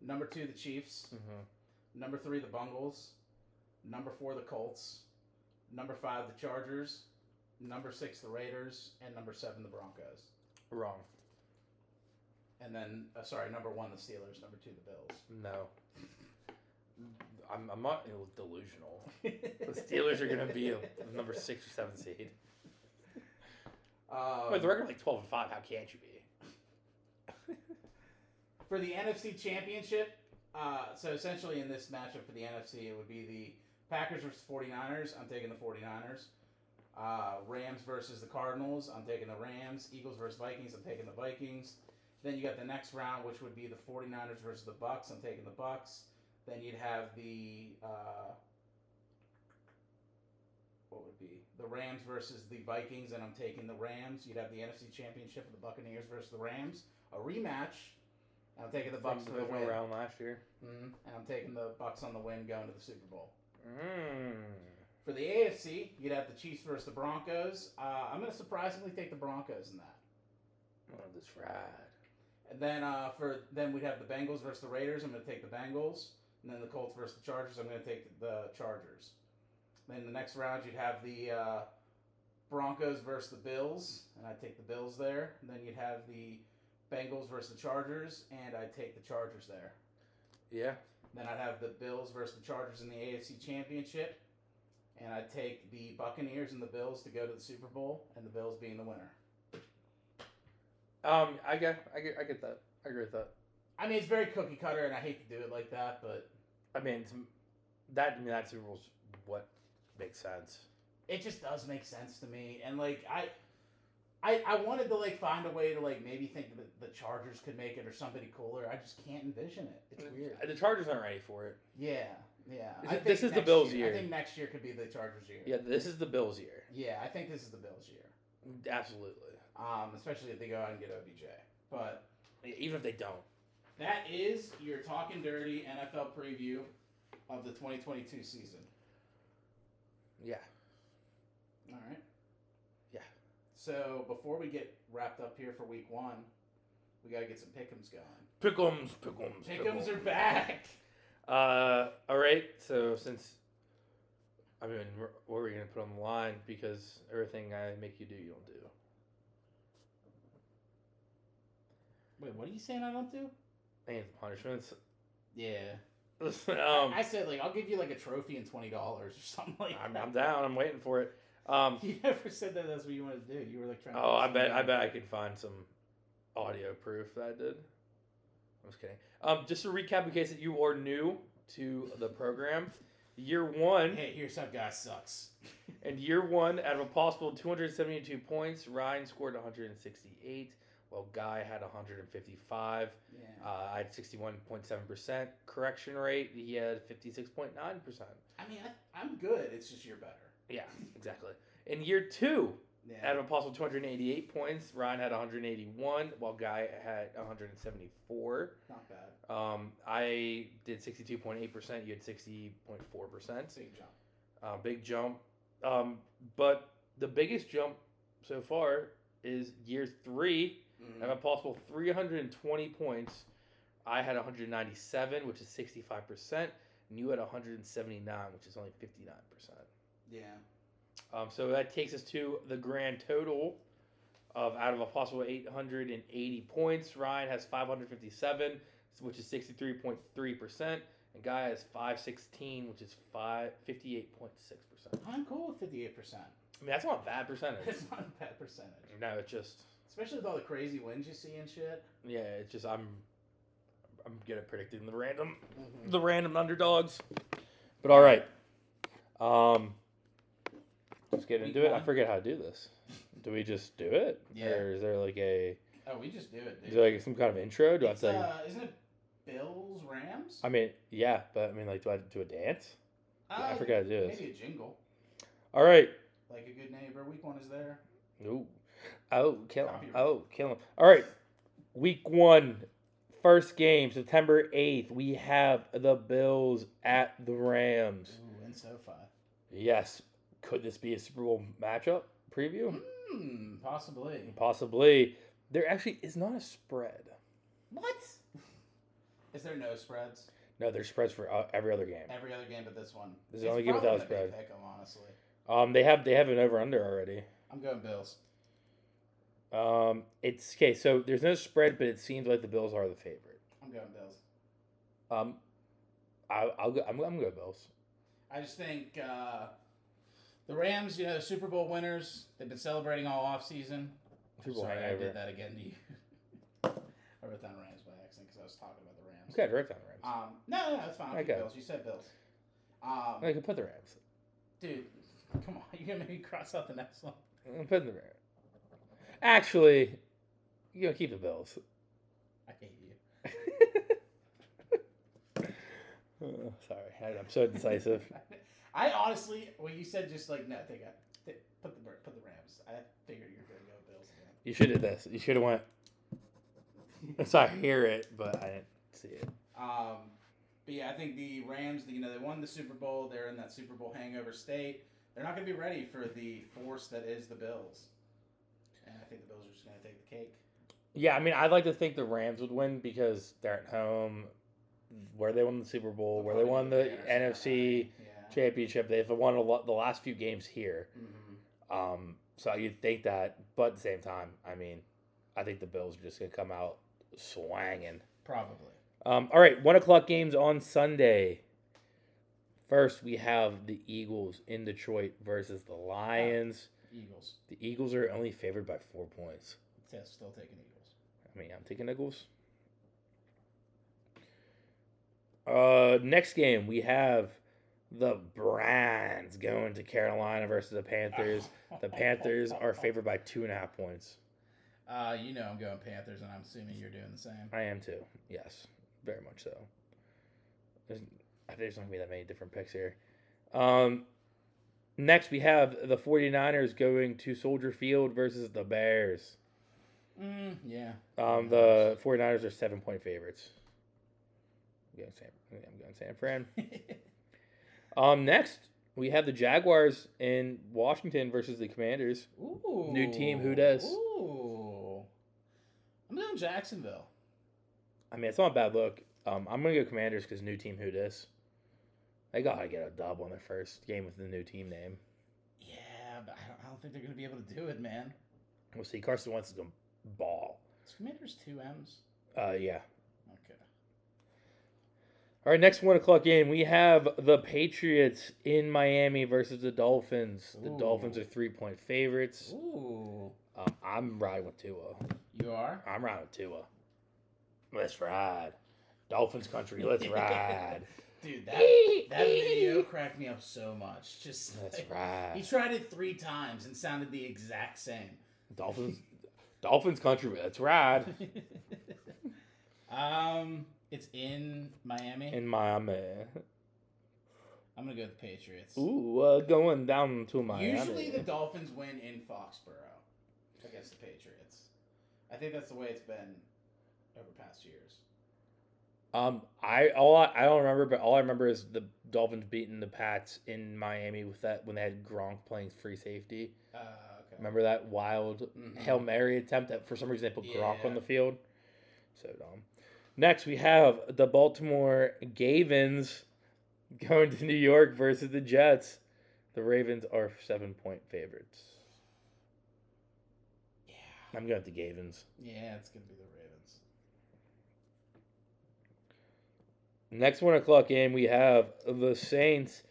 number two the Chiefs, Mm-hmm. number three the Bungles, number four the Colts, number five the Chargers, number six the Raiders, and number seven the Broncos. Wrong. And then uh, sorry, number one the Steelers, number two the No. I'm, I'm not you know, delusional. The Bills. Steelers are gonna be a number six or seven seed. Um, With the record like twelve and five, how can't you be? for the NFC Championship, uh, so essentially in this matchup for the NFC, it would be the Packers versus 49ers. I'm taking the 49ers. Uh, Rams versus the Cardinals. I'm taking the Rams. Eagles versus Vikings. I'm taking the Vikings. Then you got the next round, which would be the 49ers versus the Bucks. I'm taking the Bucks. Then you'd have the uh, what would it be the Rams versus the Vikings, and I'm taking the Rams. You'd have the NFC Championship of the Buccaneers versus the Rams, a rematch. I'm taking the Bucks for From the win, divisional round last year. Mhm. and I'm taking the Bucks on the win, going to the Super Bowl. Mm. For the AFC, you'd have the Chiefs versus the Broncos. Uh, I'm going to surprisingly take the Broncos in that. Oh, this ride. And then uh, for then we'd have the Bengals versus the Raiders. I'm going to take the Bengals. And then the Colts versus the Chargers. I'm going to take the Chargers. Then the next round you'd have the uh, Broncos versus the Bills, and I take the Bills there. And then you'd have the Bengals versus the Chargers, and I take the Chargers there. Yeah. Then I'd have the Bills versus the Chargers in the AFC Championship, and I'd take the Buccaneers and the Bills to go to the Super Bowl, and the Bills being the winner. Um. I get. I get. I get that. I agree with that. I mean, it's very cookie cutter, and I hate to do it like that, but I mean, it's, that. I mean, that's the rules. What makes sense? it just does make sense to me. And like I I, I wanted to like find a way to like maybe think that the Chargers could make it or somebody cooler. I just can't envision it. It's weird. The Chargers aren't ready for it. Yeah, yeah. This I is- think this is the next Bills' year- year. I think next year could be the Chargers' year. Yeah, this is the Bills' year. Yeah, I think this is the Bills' year. Absolutely. Um, especially if they go out and get OBJ. But Even if they don't. that is your talking dirty NFL preview of the 2022 season. Yeah. All right. Yeah. So before we get wrapped up here for Week One, we gotta get some pickums going. Pickums, pickums, Pickums are back. Uh, all right. So since I mean, we're- what are we gonna put on the line? Because everything I make you do, you don't do. Wait, what are you saying? I don't do? And punishments. Yeah. um, I said like I'll give you like a trophy and twenty dollars or something like I'm, that. I'm down. I'm waiting for it. Um, You never said that that's what you wanted to do. You were like trying. to oh, I force bet. me. I bet I could find some audio proof that I did. I'm just kidding. Um, just to recap, in case that you are new to the program, year one. Hey, here's how guy sucks. And year one, out of a possible 272 points, Ryan scored 168, while Guy had 155. Yeah. Uh, I had 61.7% correction rate. He had 56.9%. I mean, I, I'm good. It's just you're better. Yeah, exactly. In year two, Yeah. out of a possible 288 points, Ryan had 181, while Guy had 174. Not bad. Um, I did 62.8%. You had 60.4%. Big jump. uh, big jump. Um, but the biggest jump so far is year three. I have a possible 320 points. I had 197, which is 65%, and you had 179, which is only 59%. Yeah. Um, so that takes us to the grand total of out of a possible 880 points. Ryan has 557, which is 63.3%, and Guy has 516, which is 5, 58.6%. I'm cool with fifty eight percent. I mean, that's not a bad percentage. It's not a bad percentage, no, it's just especially with all the crazy wins you see and shit. yeah, it's just I'm I'm good at predicting the random the random underdogs. But all right, um, let's get into it. I forget how to do this. Do we just do it? Yeah. Or is there like a Oh, we just do it, is dude. there like some kind of intro? Do I have It's, to? Like, uh, isn't it Bills Rams? I mean, yeah, but I mean, like, do I do a dance? Yeah, I Uh, forgot how to do this. Maybe a jingle. All right. Like a good neighbor. Week one is there. Ooh. Oh, kill him. Copyright. Oh, kill him. All right. Week one, first game, September 8th. We have the Bills at the Rams. Ooh, and SoFi. Yes. Could this be a Super Bowl matchup preview? Hmm, possibly. Possibly. There actually is not a spread. What? Is there no spreads? No, there's spreads for uh, every other game. Every other game but this one. This is the only game without a probably gonna be spread. pick 'em, honestly. Um, they have they have an over under already. I'm going Bills. Um, it's okay. So there's no spread, but it seems like the Bills are the favorite. I'm going Bills. Um, I, I'll go. I'm, I'm gonna go Bills. I just think uh, the Rams, you know, Super Bowl winners, they've been celebrating all offseason. Super Bowl Sorry, I hangover. did that again to you. I wrote down Rams by accident because I was talking about the Rams. Okay, direct on Rams. Um, no, no, no, it's fine. I'll pick Okay. Bills. You said Bills. Um, I could Oh, put the Rams. dude, come on. You're going to make me cross out the next one. I'm putting the Rams. Actually, you know, keep the Bills. I hate you. Oh, sorry, I- I'm so decisive. I honestly, when you said just like no, take out, t- put the put the Rams. I figured you were gonna go Bills again. you should have this. You should have went. So I hear it, but I didn't see it. Um, but yeah, I think the Rams. You know, they won the Super Bowl. They're in that Super Bowl hangover state. They're not gonna be ready for the force that is the Bills. And I think the Bills are just gonna take the cake. Yeah, I mean, I'd like to think the Rams would win because they're at home, where they won the Super Bowl, where they won the NFC Yeah. championship. They've won a lot, the last few games here. Mhm. Um, so you'd think that, but at the same time, I mean, I think the Bills are just gonna come out swanging. Probably. Um, all right, one o'clock games on Sunday. First, we have the Eagles in Detroit versus the Lions. Eagles. The Eagles are only favored by four points. Yeah, still taking Eagles. I mean, I'm taking Eagles. Uh, next game we have the Browns going to Carolina versus the Panthers. The Panthers are favored by two and a half points. Uh, you know I'm going Panthers, and I'm assuming you're doing the same. I am too. Yes, very much so. There's, I think there's not gonna be that many different picks here. Um, next we have the 49ers going to Soldier Field versus the Bears. Mm, yeah. Um, the 49ers are seven point favorites. I'm going San, I'm going San Fran. Um, next we have the Jaguars in Washington versus the Commanders. Ooh. team, who does? Ooh. I'm going Jacksonville. I mean, it's not a bad look. Um, I'm gonna go Commanders because new team who dis. They gotta get a dub on their first game with the new team name. Yeah, but I don't, I don't think they're going to be able to do it, man. We'll see. Carson Wentz is gonna ball. Is Commanders two M's? Uh, yeah. Okay. All right, next one o'clock game we have the Patriots in Miami versus the Dolphins. The Ooh. Dolphins are three point favorites. Ooh. Um, I'm riding with Tua. You are? I'm riding with Tua. Let's ride, Dolphins country. Let's ride. Dude, that, that video cracked me up so much. Just Let's like, He ride, tried it three times and sounded the exact same. Dolphins. Dolphins country. Let's ride. um, it's in Miami. in Miami. I'm gonna go with the Patriots. Ooh, uh, going down to Miami. Usually the Dolphins win in Foxborough against the Patriots. I think that's the way it's been over past years. um, I all I, I don't remember, but all I remember is the Dolphins beating the Pats in Miami with that when they had Gronk playing free safety. Uh, okay. Remember that wild Mhm. Mm-hmm. hail mary attempt that for some reason they put Gronk on Yeah. the field. So dumb. Next we have the Baltimore Gavins going to New York versus the Jets. The Ravens are seven point favorites. Yeah. I'm going with the Gavins. Yeah, it's gonna be the Ravens. Next one o'clock game, we have the Saints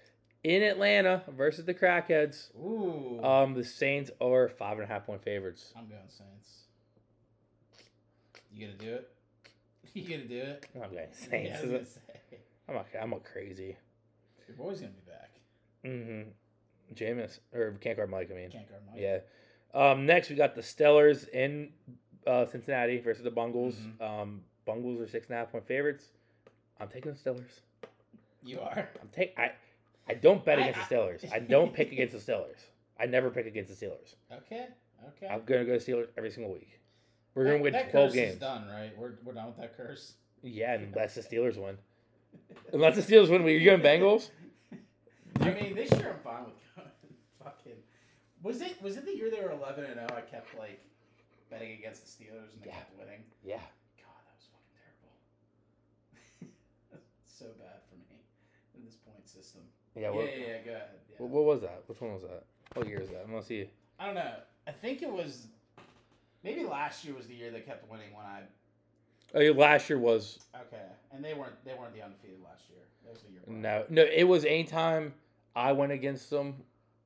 in Atlanta versus the Crackheads. Ooh. Um, the Saints are five and a half point favorites. I'm going Saints. You gonna do it? You gonna do it? I'm going Yeah, Saints. I was gonna say. I'm a, I'm a crazy. Your boy's gonna be back. Mm-hmm. Jameis or can't guard Mike. I mean, Can't guard Mike. yeah. Um, next we got the Stellars in uh, Cincinnati versus the Bungles. Mhm. Um, Bungles are six and a half point favorites. I'm taking the Stellars. You are. I'm take I. I don't bet I- against I- the Steelers. I don't pick against the Steelers. I never pick against the Steelers. Okay. Okay. I'm gonna go Steelers every single week. We're gonna That- win that twelve curse games. Is done, right? We're, we're done with that curse. Yeah, unless the Steelers win. Unless the Steelers win, you're going Bengals. I mean, this year I'm fine with going fucking. Was it was it the year they were eleven and zero? oh? I kept like betting against the Steelers and they Yeah. kept winning. Yeah, God, that was fucking terrible. so bad for me in this point system. yeah. Yeah, What, yeah, yeah, go ahead. Yeah. What, what was that? Which one was that? What year was that? I'm gonna see. I don't know. I think it was maybe last year was the year they kept winning when I Oh, yeah, last year was okay, and they weren't they weren't the undefeated last year. That was the year. prior. no, no. It was any time I went against them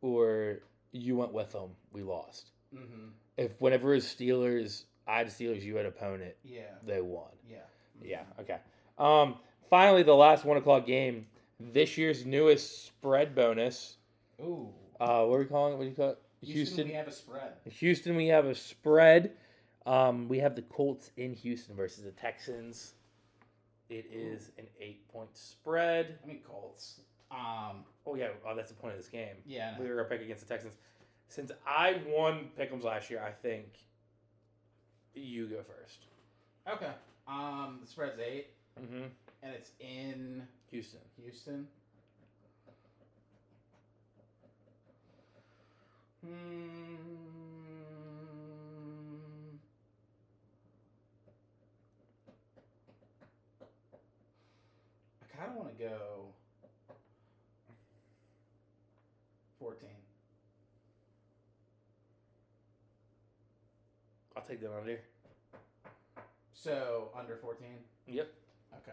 or you went with them, we lost. Mhm. If whenever it was Steelers, I had Steelers, you had opponent, Yeah. they won. Yeah. Yeah. Okay. Um. Finally, the last one o'clock game. This year's newest spread bonus. Ooh. Uh, what are we calling it? What do you call it? Houston, Houston. we have a spread. Houston, we have a spread. Um, we have the Colts in Houston versus the Texans. It is an eight point spread. I mean Colts. Um. Oh, yeah. Oh, that's the point of this game. Yeah. We were going to pick against the Texans. Since I won Pick'ems last year, I think you go 1st Okay. Um, the spread's eight, Mm-hmm. and it's in Houston. Houston. Hmm. I kind of want to go 14. I'll take that under. So, under 14? Yep. Okay.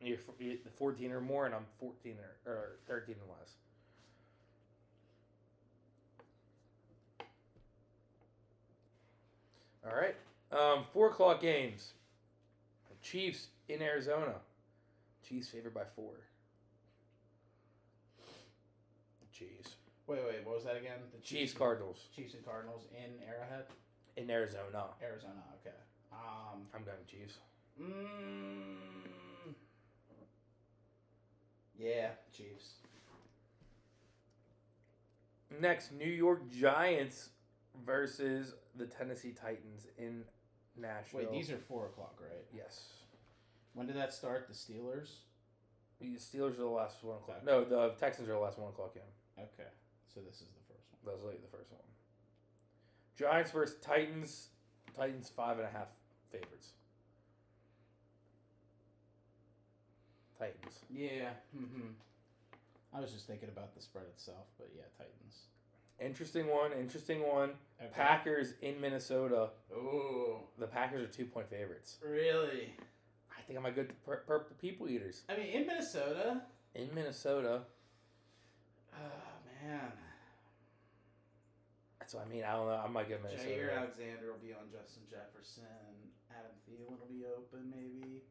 You're, f- you're 14 or more, and I'm 14 or, or 13 or less. All right. Um, four o'clock games. Chiefs in Arizona. Chiefs favored by four. Jeez. Wait, wait, what was that again? The Chiefs Cardinals Chiefs and Cardinals in Arrowhead, in Arizona. Arizona. Okay. Um. I'm going Chiefs. Mm, yeah, Chiefs. Next, New York Giants versus the Tennessee Titans in Nashville. Wait, these are four o'clock, right? yes. When did that start? The Steelers. The Steelers are the last one o'clock. Okay. No, the Texans are the last one o'clock game. Okay, so this is the first one. That was late the first one. Giants versus Titans. Titans five and a half favorites. Titans. Yeah. hmm I was just thinking about the spread itself, but yeah, Titans. Interesting one. Interesting one. Okay. Packers in Minnesota. Ooh, The Packers are two point favorites. really? I think I'm a good per- per- people eaters I mean, in Minnesota. in Minnesota. Oh man, That's what I mean. I don't know. I might get Minnesota. Jair Alexander will be on Justin Jefferson. Adam Thielen will be open, maybe.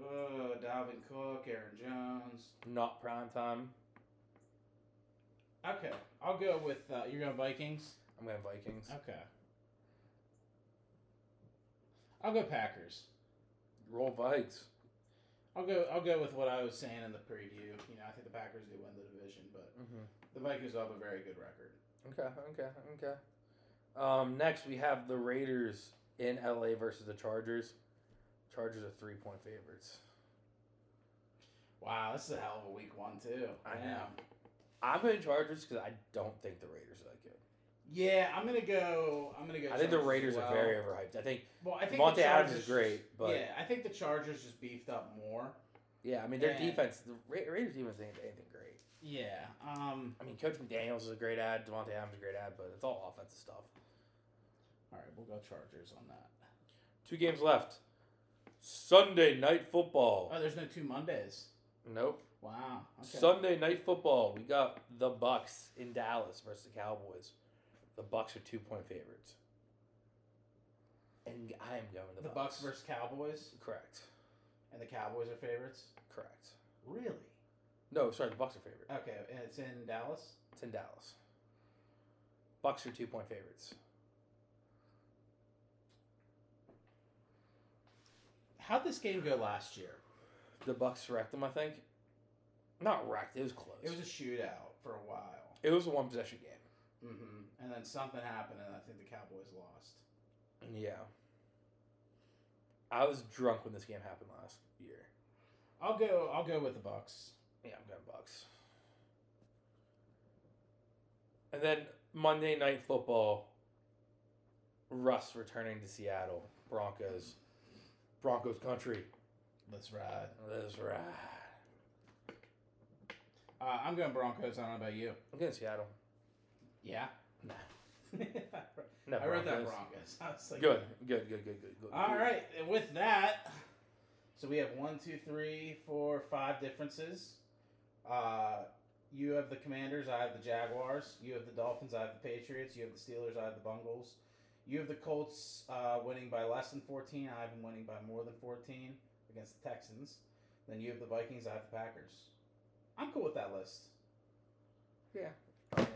Oh, Dalvin Cook, Aaron Jones. Not prime time. Okay, I'll go with uh, you're going Vikings. I'm going Vikings. Okay, I'll go Packers. Roll Vikes. I'll go. I'll go with what I was saying in the preview. You know, I think the Packers do win the division, but Mm-hmm. the Vikings will have a very good record. Okay. Okay. Okay. Um, next we have the Raiders in LA versus the Chargers. Chargers are three point favorites. Wow, this is a hell of a week one too. I Damn. know. I'm going Chargers because I don't think the Raiders are that good. Yeah, I'm gonna go. I'm gonna go. I think the Chargers as Raiders well. are very overhyped. I think Well, I think Devontae the Chargers, Adams is great, but yeah, yeah, I think the Chargers just beefed up more. I mean their Yeah. defense, the Ra- Raiders defense ain't anything great. Yeah. Um. I mean Coach McDaniel's is a great ad, Devontae Adams is a great ad, but it's all offensive stuff. All right, we'll go Chargers on that. Two games left. Sunday night football. Oh, there's no two Mondays. Nope. Wow. Okay. Sunday night football. We got the Bucks in Dallas versus the Cowboys. The Bucks are two point favorites. And I am going to the Bucks versus Cowboys, correct. and the Cowboys are favorites. Correct. Really? No, sorry, the Bucks are favorite. Okay, and it's in Dallas. It's in Dallas. Bucks are two point favorites. How'd this game go last year? The Bucks wrecked them, I think. Not wrecked. It was close. It was a shootout for a while. it was a one possession game. hmm And then something happened, and I think the Cowboys lost. Yeah. I was drunk when this game happened last year. I'll go. I'll go with the Bucks. Yeah, I'm going Bucks. And then Monday Night Football. Russ returning to Seattle. Broncos. Broncos country. Let's ride. Let's ride. Uh, I'm going Broncos. I don't know about you. I'm going Seattle. Yeah. Nah. I No, wrote that Broncos. Broncos. I was like, Good, good, good, good, good, good. All good. right. And with that, so we have one, two, three, four, five differences. Uh, you have the Commanders. I have the Jaguars. You have the Dolphins. I have the Patriots. You have the Steelers. I have the Bungles. You have the Colts uh, winning by less than 14. I have them winning by more than 14 against the Texans. Then you have the Vikings. I have the Packers. I'm cool with that list. I am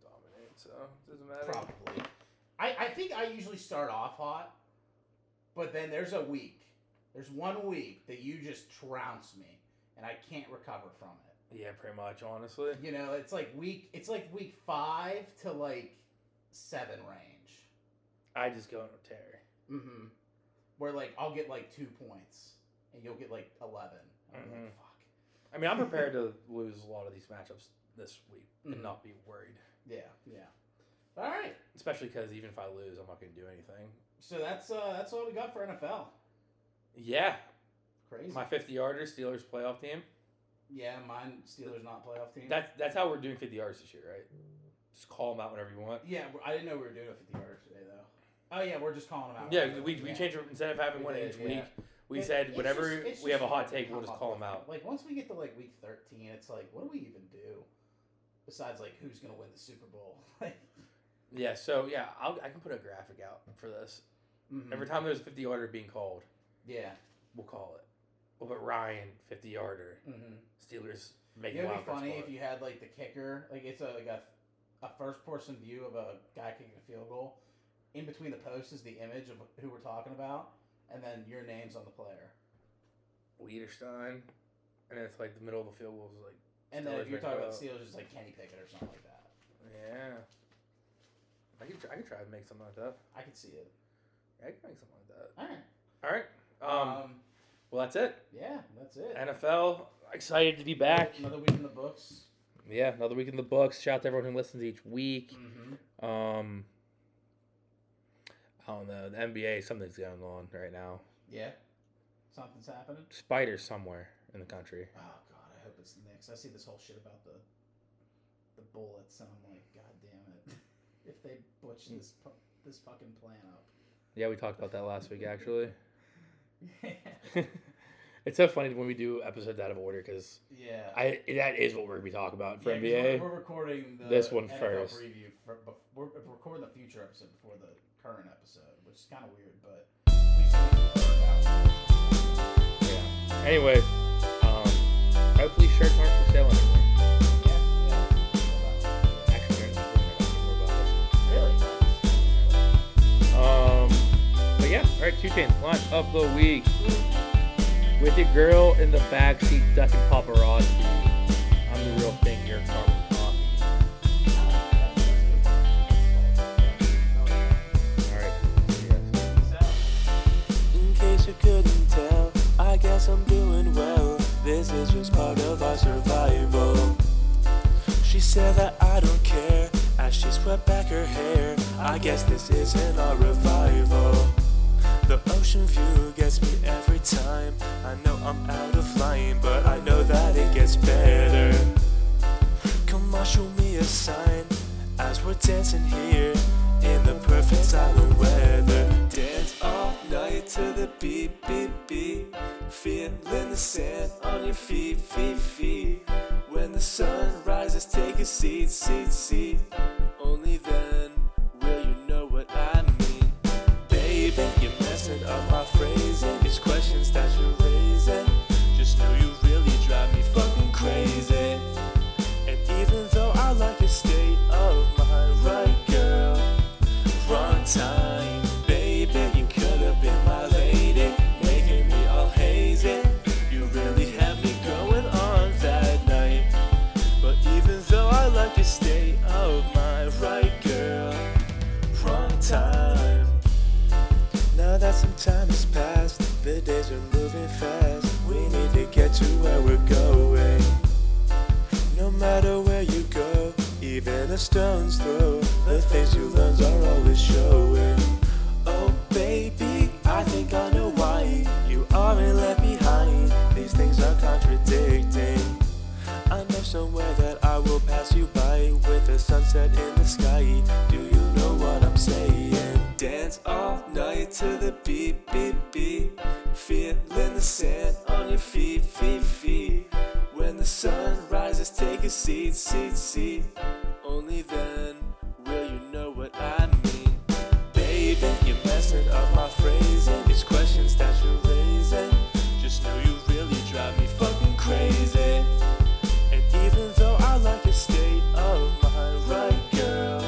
dominant, so it doesn't matter. Probably. I, I think I usually start off hot, but then there's a week. There's one week that you just trounce me and I can't recover from it. Yeah, pretty much, honestly. You know, it's like week it's like week five to like seven range. I just go on a tear. Mm-hmm. Where like I'll get like two points and you'll get like eleven. And I'm like, Mhm. fuck. I mean, I'm prepared to lose a lot of these matchups this week Mhm. and not be worried. Yeah, yeah. All right. Especially because even if I lose, I'm not going to do anything. So that's uh that's all we got for NFL. Yeah, Crazy. my 50 yarder Steelers playoff team. yeah, mine Steelers not playoff team. That's that's how we're doing 50 yards this year, right? Just call them out whenever you want. Yeah, I didn't know we were doing a 50 yarder today, though. Oh, yeah, we're just calling them out. Yeah, we, we changed it instead of having We one did, each yeah. week. We It- said it's whenever just- it's we have a just hot take, we'll come just up call with- them out. Like, once we get to, like, week 13, it's like, what do we even do? Besides, like, who's going to win the Super Bowl? Like, Yeah, so yeah, I'll, I can put a graphic out for this. mhm. Every time there's a 50 yarder being called, Yeah. we'll call it. We'll put Ryan 50 yarder, Mm-hmm. Steelers Make It a would wild be card funny spot. if you had like the kicker, like it's a, like a, a first person view of a guy kicking a field goal. In between the posts is the image of who we're talking about, and then your name's on the player. Wiederstein, and it's like the middle of the field was like, And then Steelers if you're make talking it about up. the Steelers, it's like Kenny Pickett or something like that. yeah. I could try, I could try to make something like that. I could see it. I could make something like that. All right. All right. Um, well, that's it. yeah, that's it. NFL. Excited to be back. Another week in the books. Yeah, another week in the books. Shout out to everyone who listens each week. Mm-hmm. Um, I don't know. The NBA, something's going on right now. Yeah. Something's happening. Spiders somewhere in the country. Oh God, I hope it's the Knicks. I see this whole shit about the the bullets, and I'm like, God damn it! If they butch Mm. this pu- this fucking plan up. Yeah, we talked about that last week actually. yeah. it's so funny when we do episodes out of order because I that is what we're gonna be talking about for Yeah, 'cause NBA. We're, we're recording the This one NFL first. preview. For, bef- we're recording the future episode before the current episode, which is kind of weird, but we still Yeah. Anyway, um, hopefully shirts aren't for sale anymore. Actually, they're not anymore, but Really? I'll just- Um, but yeah, all right, two chains launch of the week with your girl in the backseat ducking paparazzi. I'm the real thing. You're carbon copy. All right. see ya. In case you couldn't tell, I guess I'm doing well. This is just part of our survival. She said that I don't care as she swept back her hair. I guess this isn't our revival. The ocean view gets me every time. I know I'm out of line, but I know that it gets better. Come on, show me a sign as we're dancing here in the perfect silent weather. Dance all night to the beat, beat, beat. Feeling the sand on your feet, feet, feet. When the sun rises, take a seat, seat, seat. Only then will you know what I mean. Baby, you're messing up my phrasing. These questions that you're raising. Just know you really drive me fucking crazy. And even though I like your state of mind, right, girl? Wrong time, baby. You could have been my lady, making me all hazy. You really had me going on that night. But even though I like your state of mind, right, girl? Wrong time. Now that some time has passed, the days are moving fast. We need to get to where we're going. No matter where you go, even a stone's throw, the things you learn are always showing. Oh, baby, I think I know why you aren't left behind. These things are contradicting. I know somewhere that I will pass you by with the sunset in the sky. Do you know what I'm saying? Dance all night to the beat, beat, beat. Feeling the sand on your feet, feet, feet. When the sun rises, take a seat, seat, seat. Only then will you know what I mean. Baby, you're messing up my phrasing. These questions that you're raising. Just know you really drive me fucking crazy. And even though I like your state of mind, right, girl?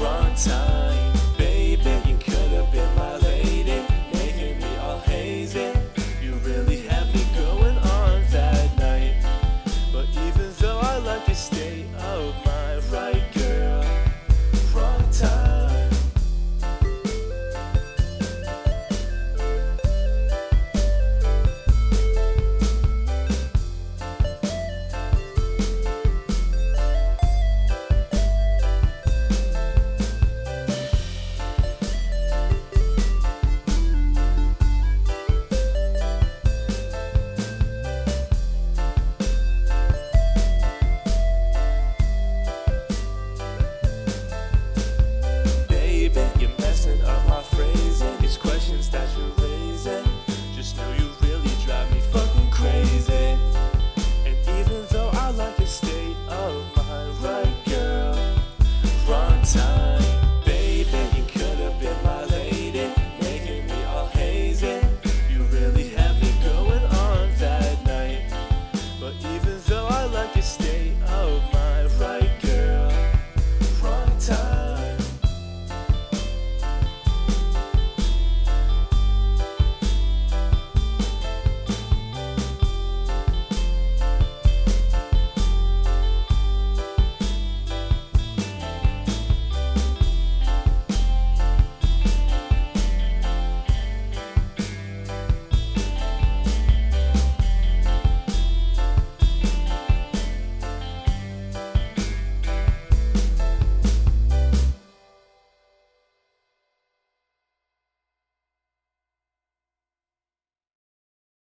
Wrong time.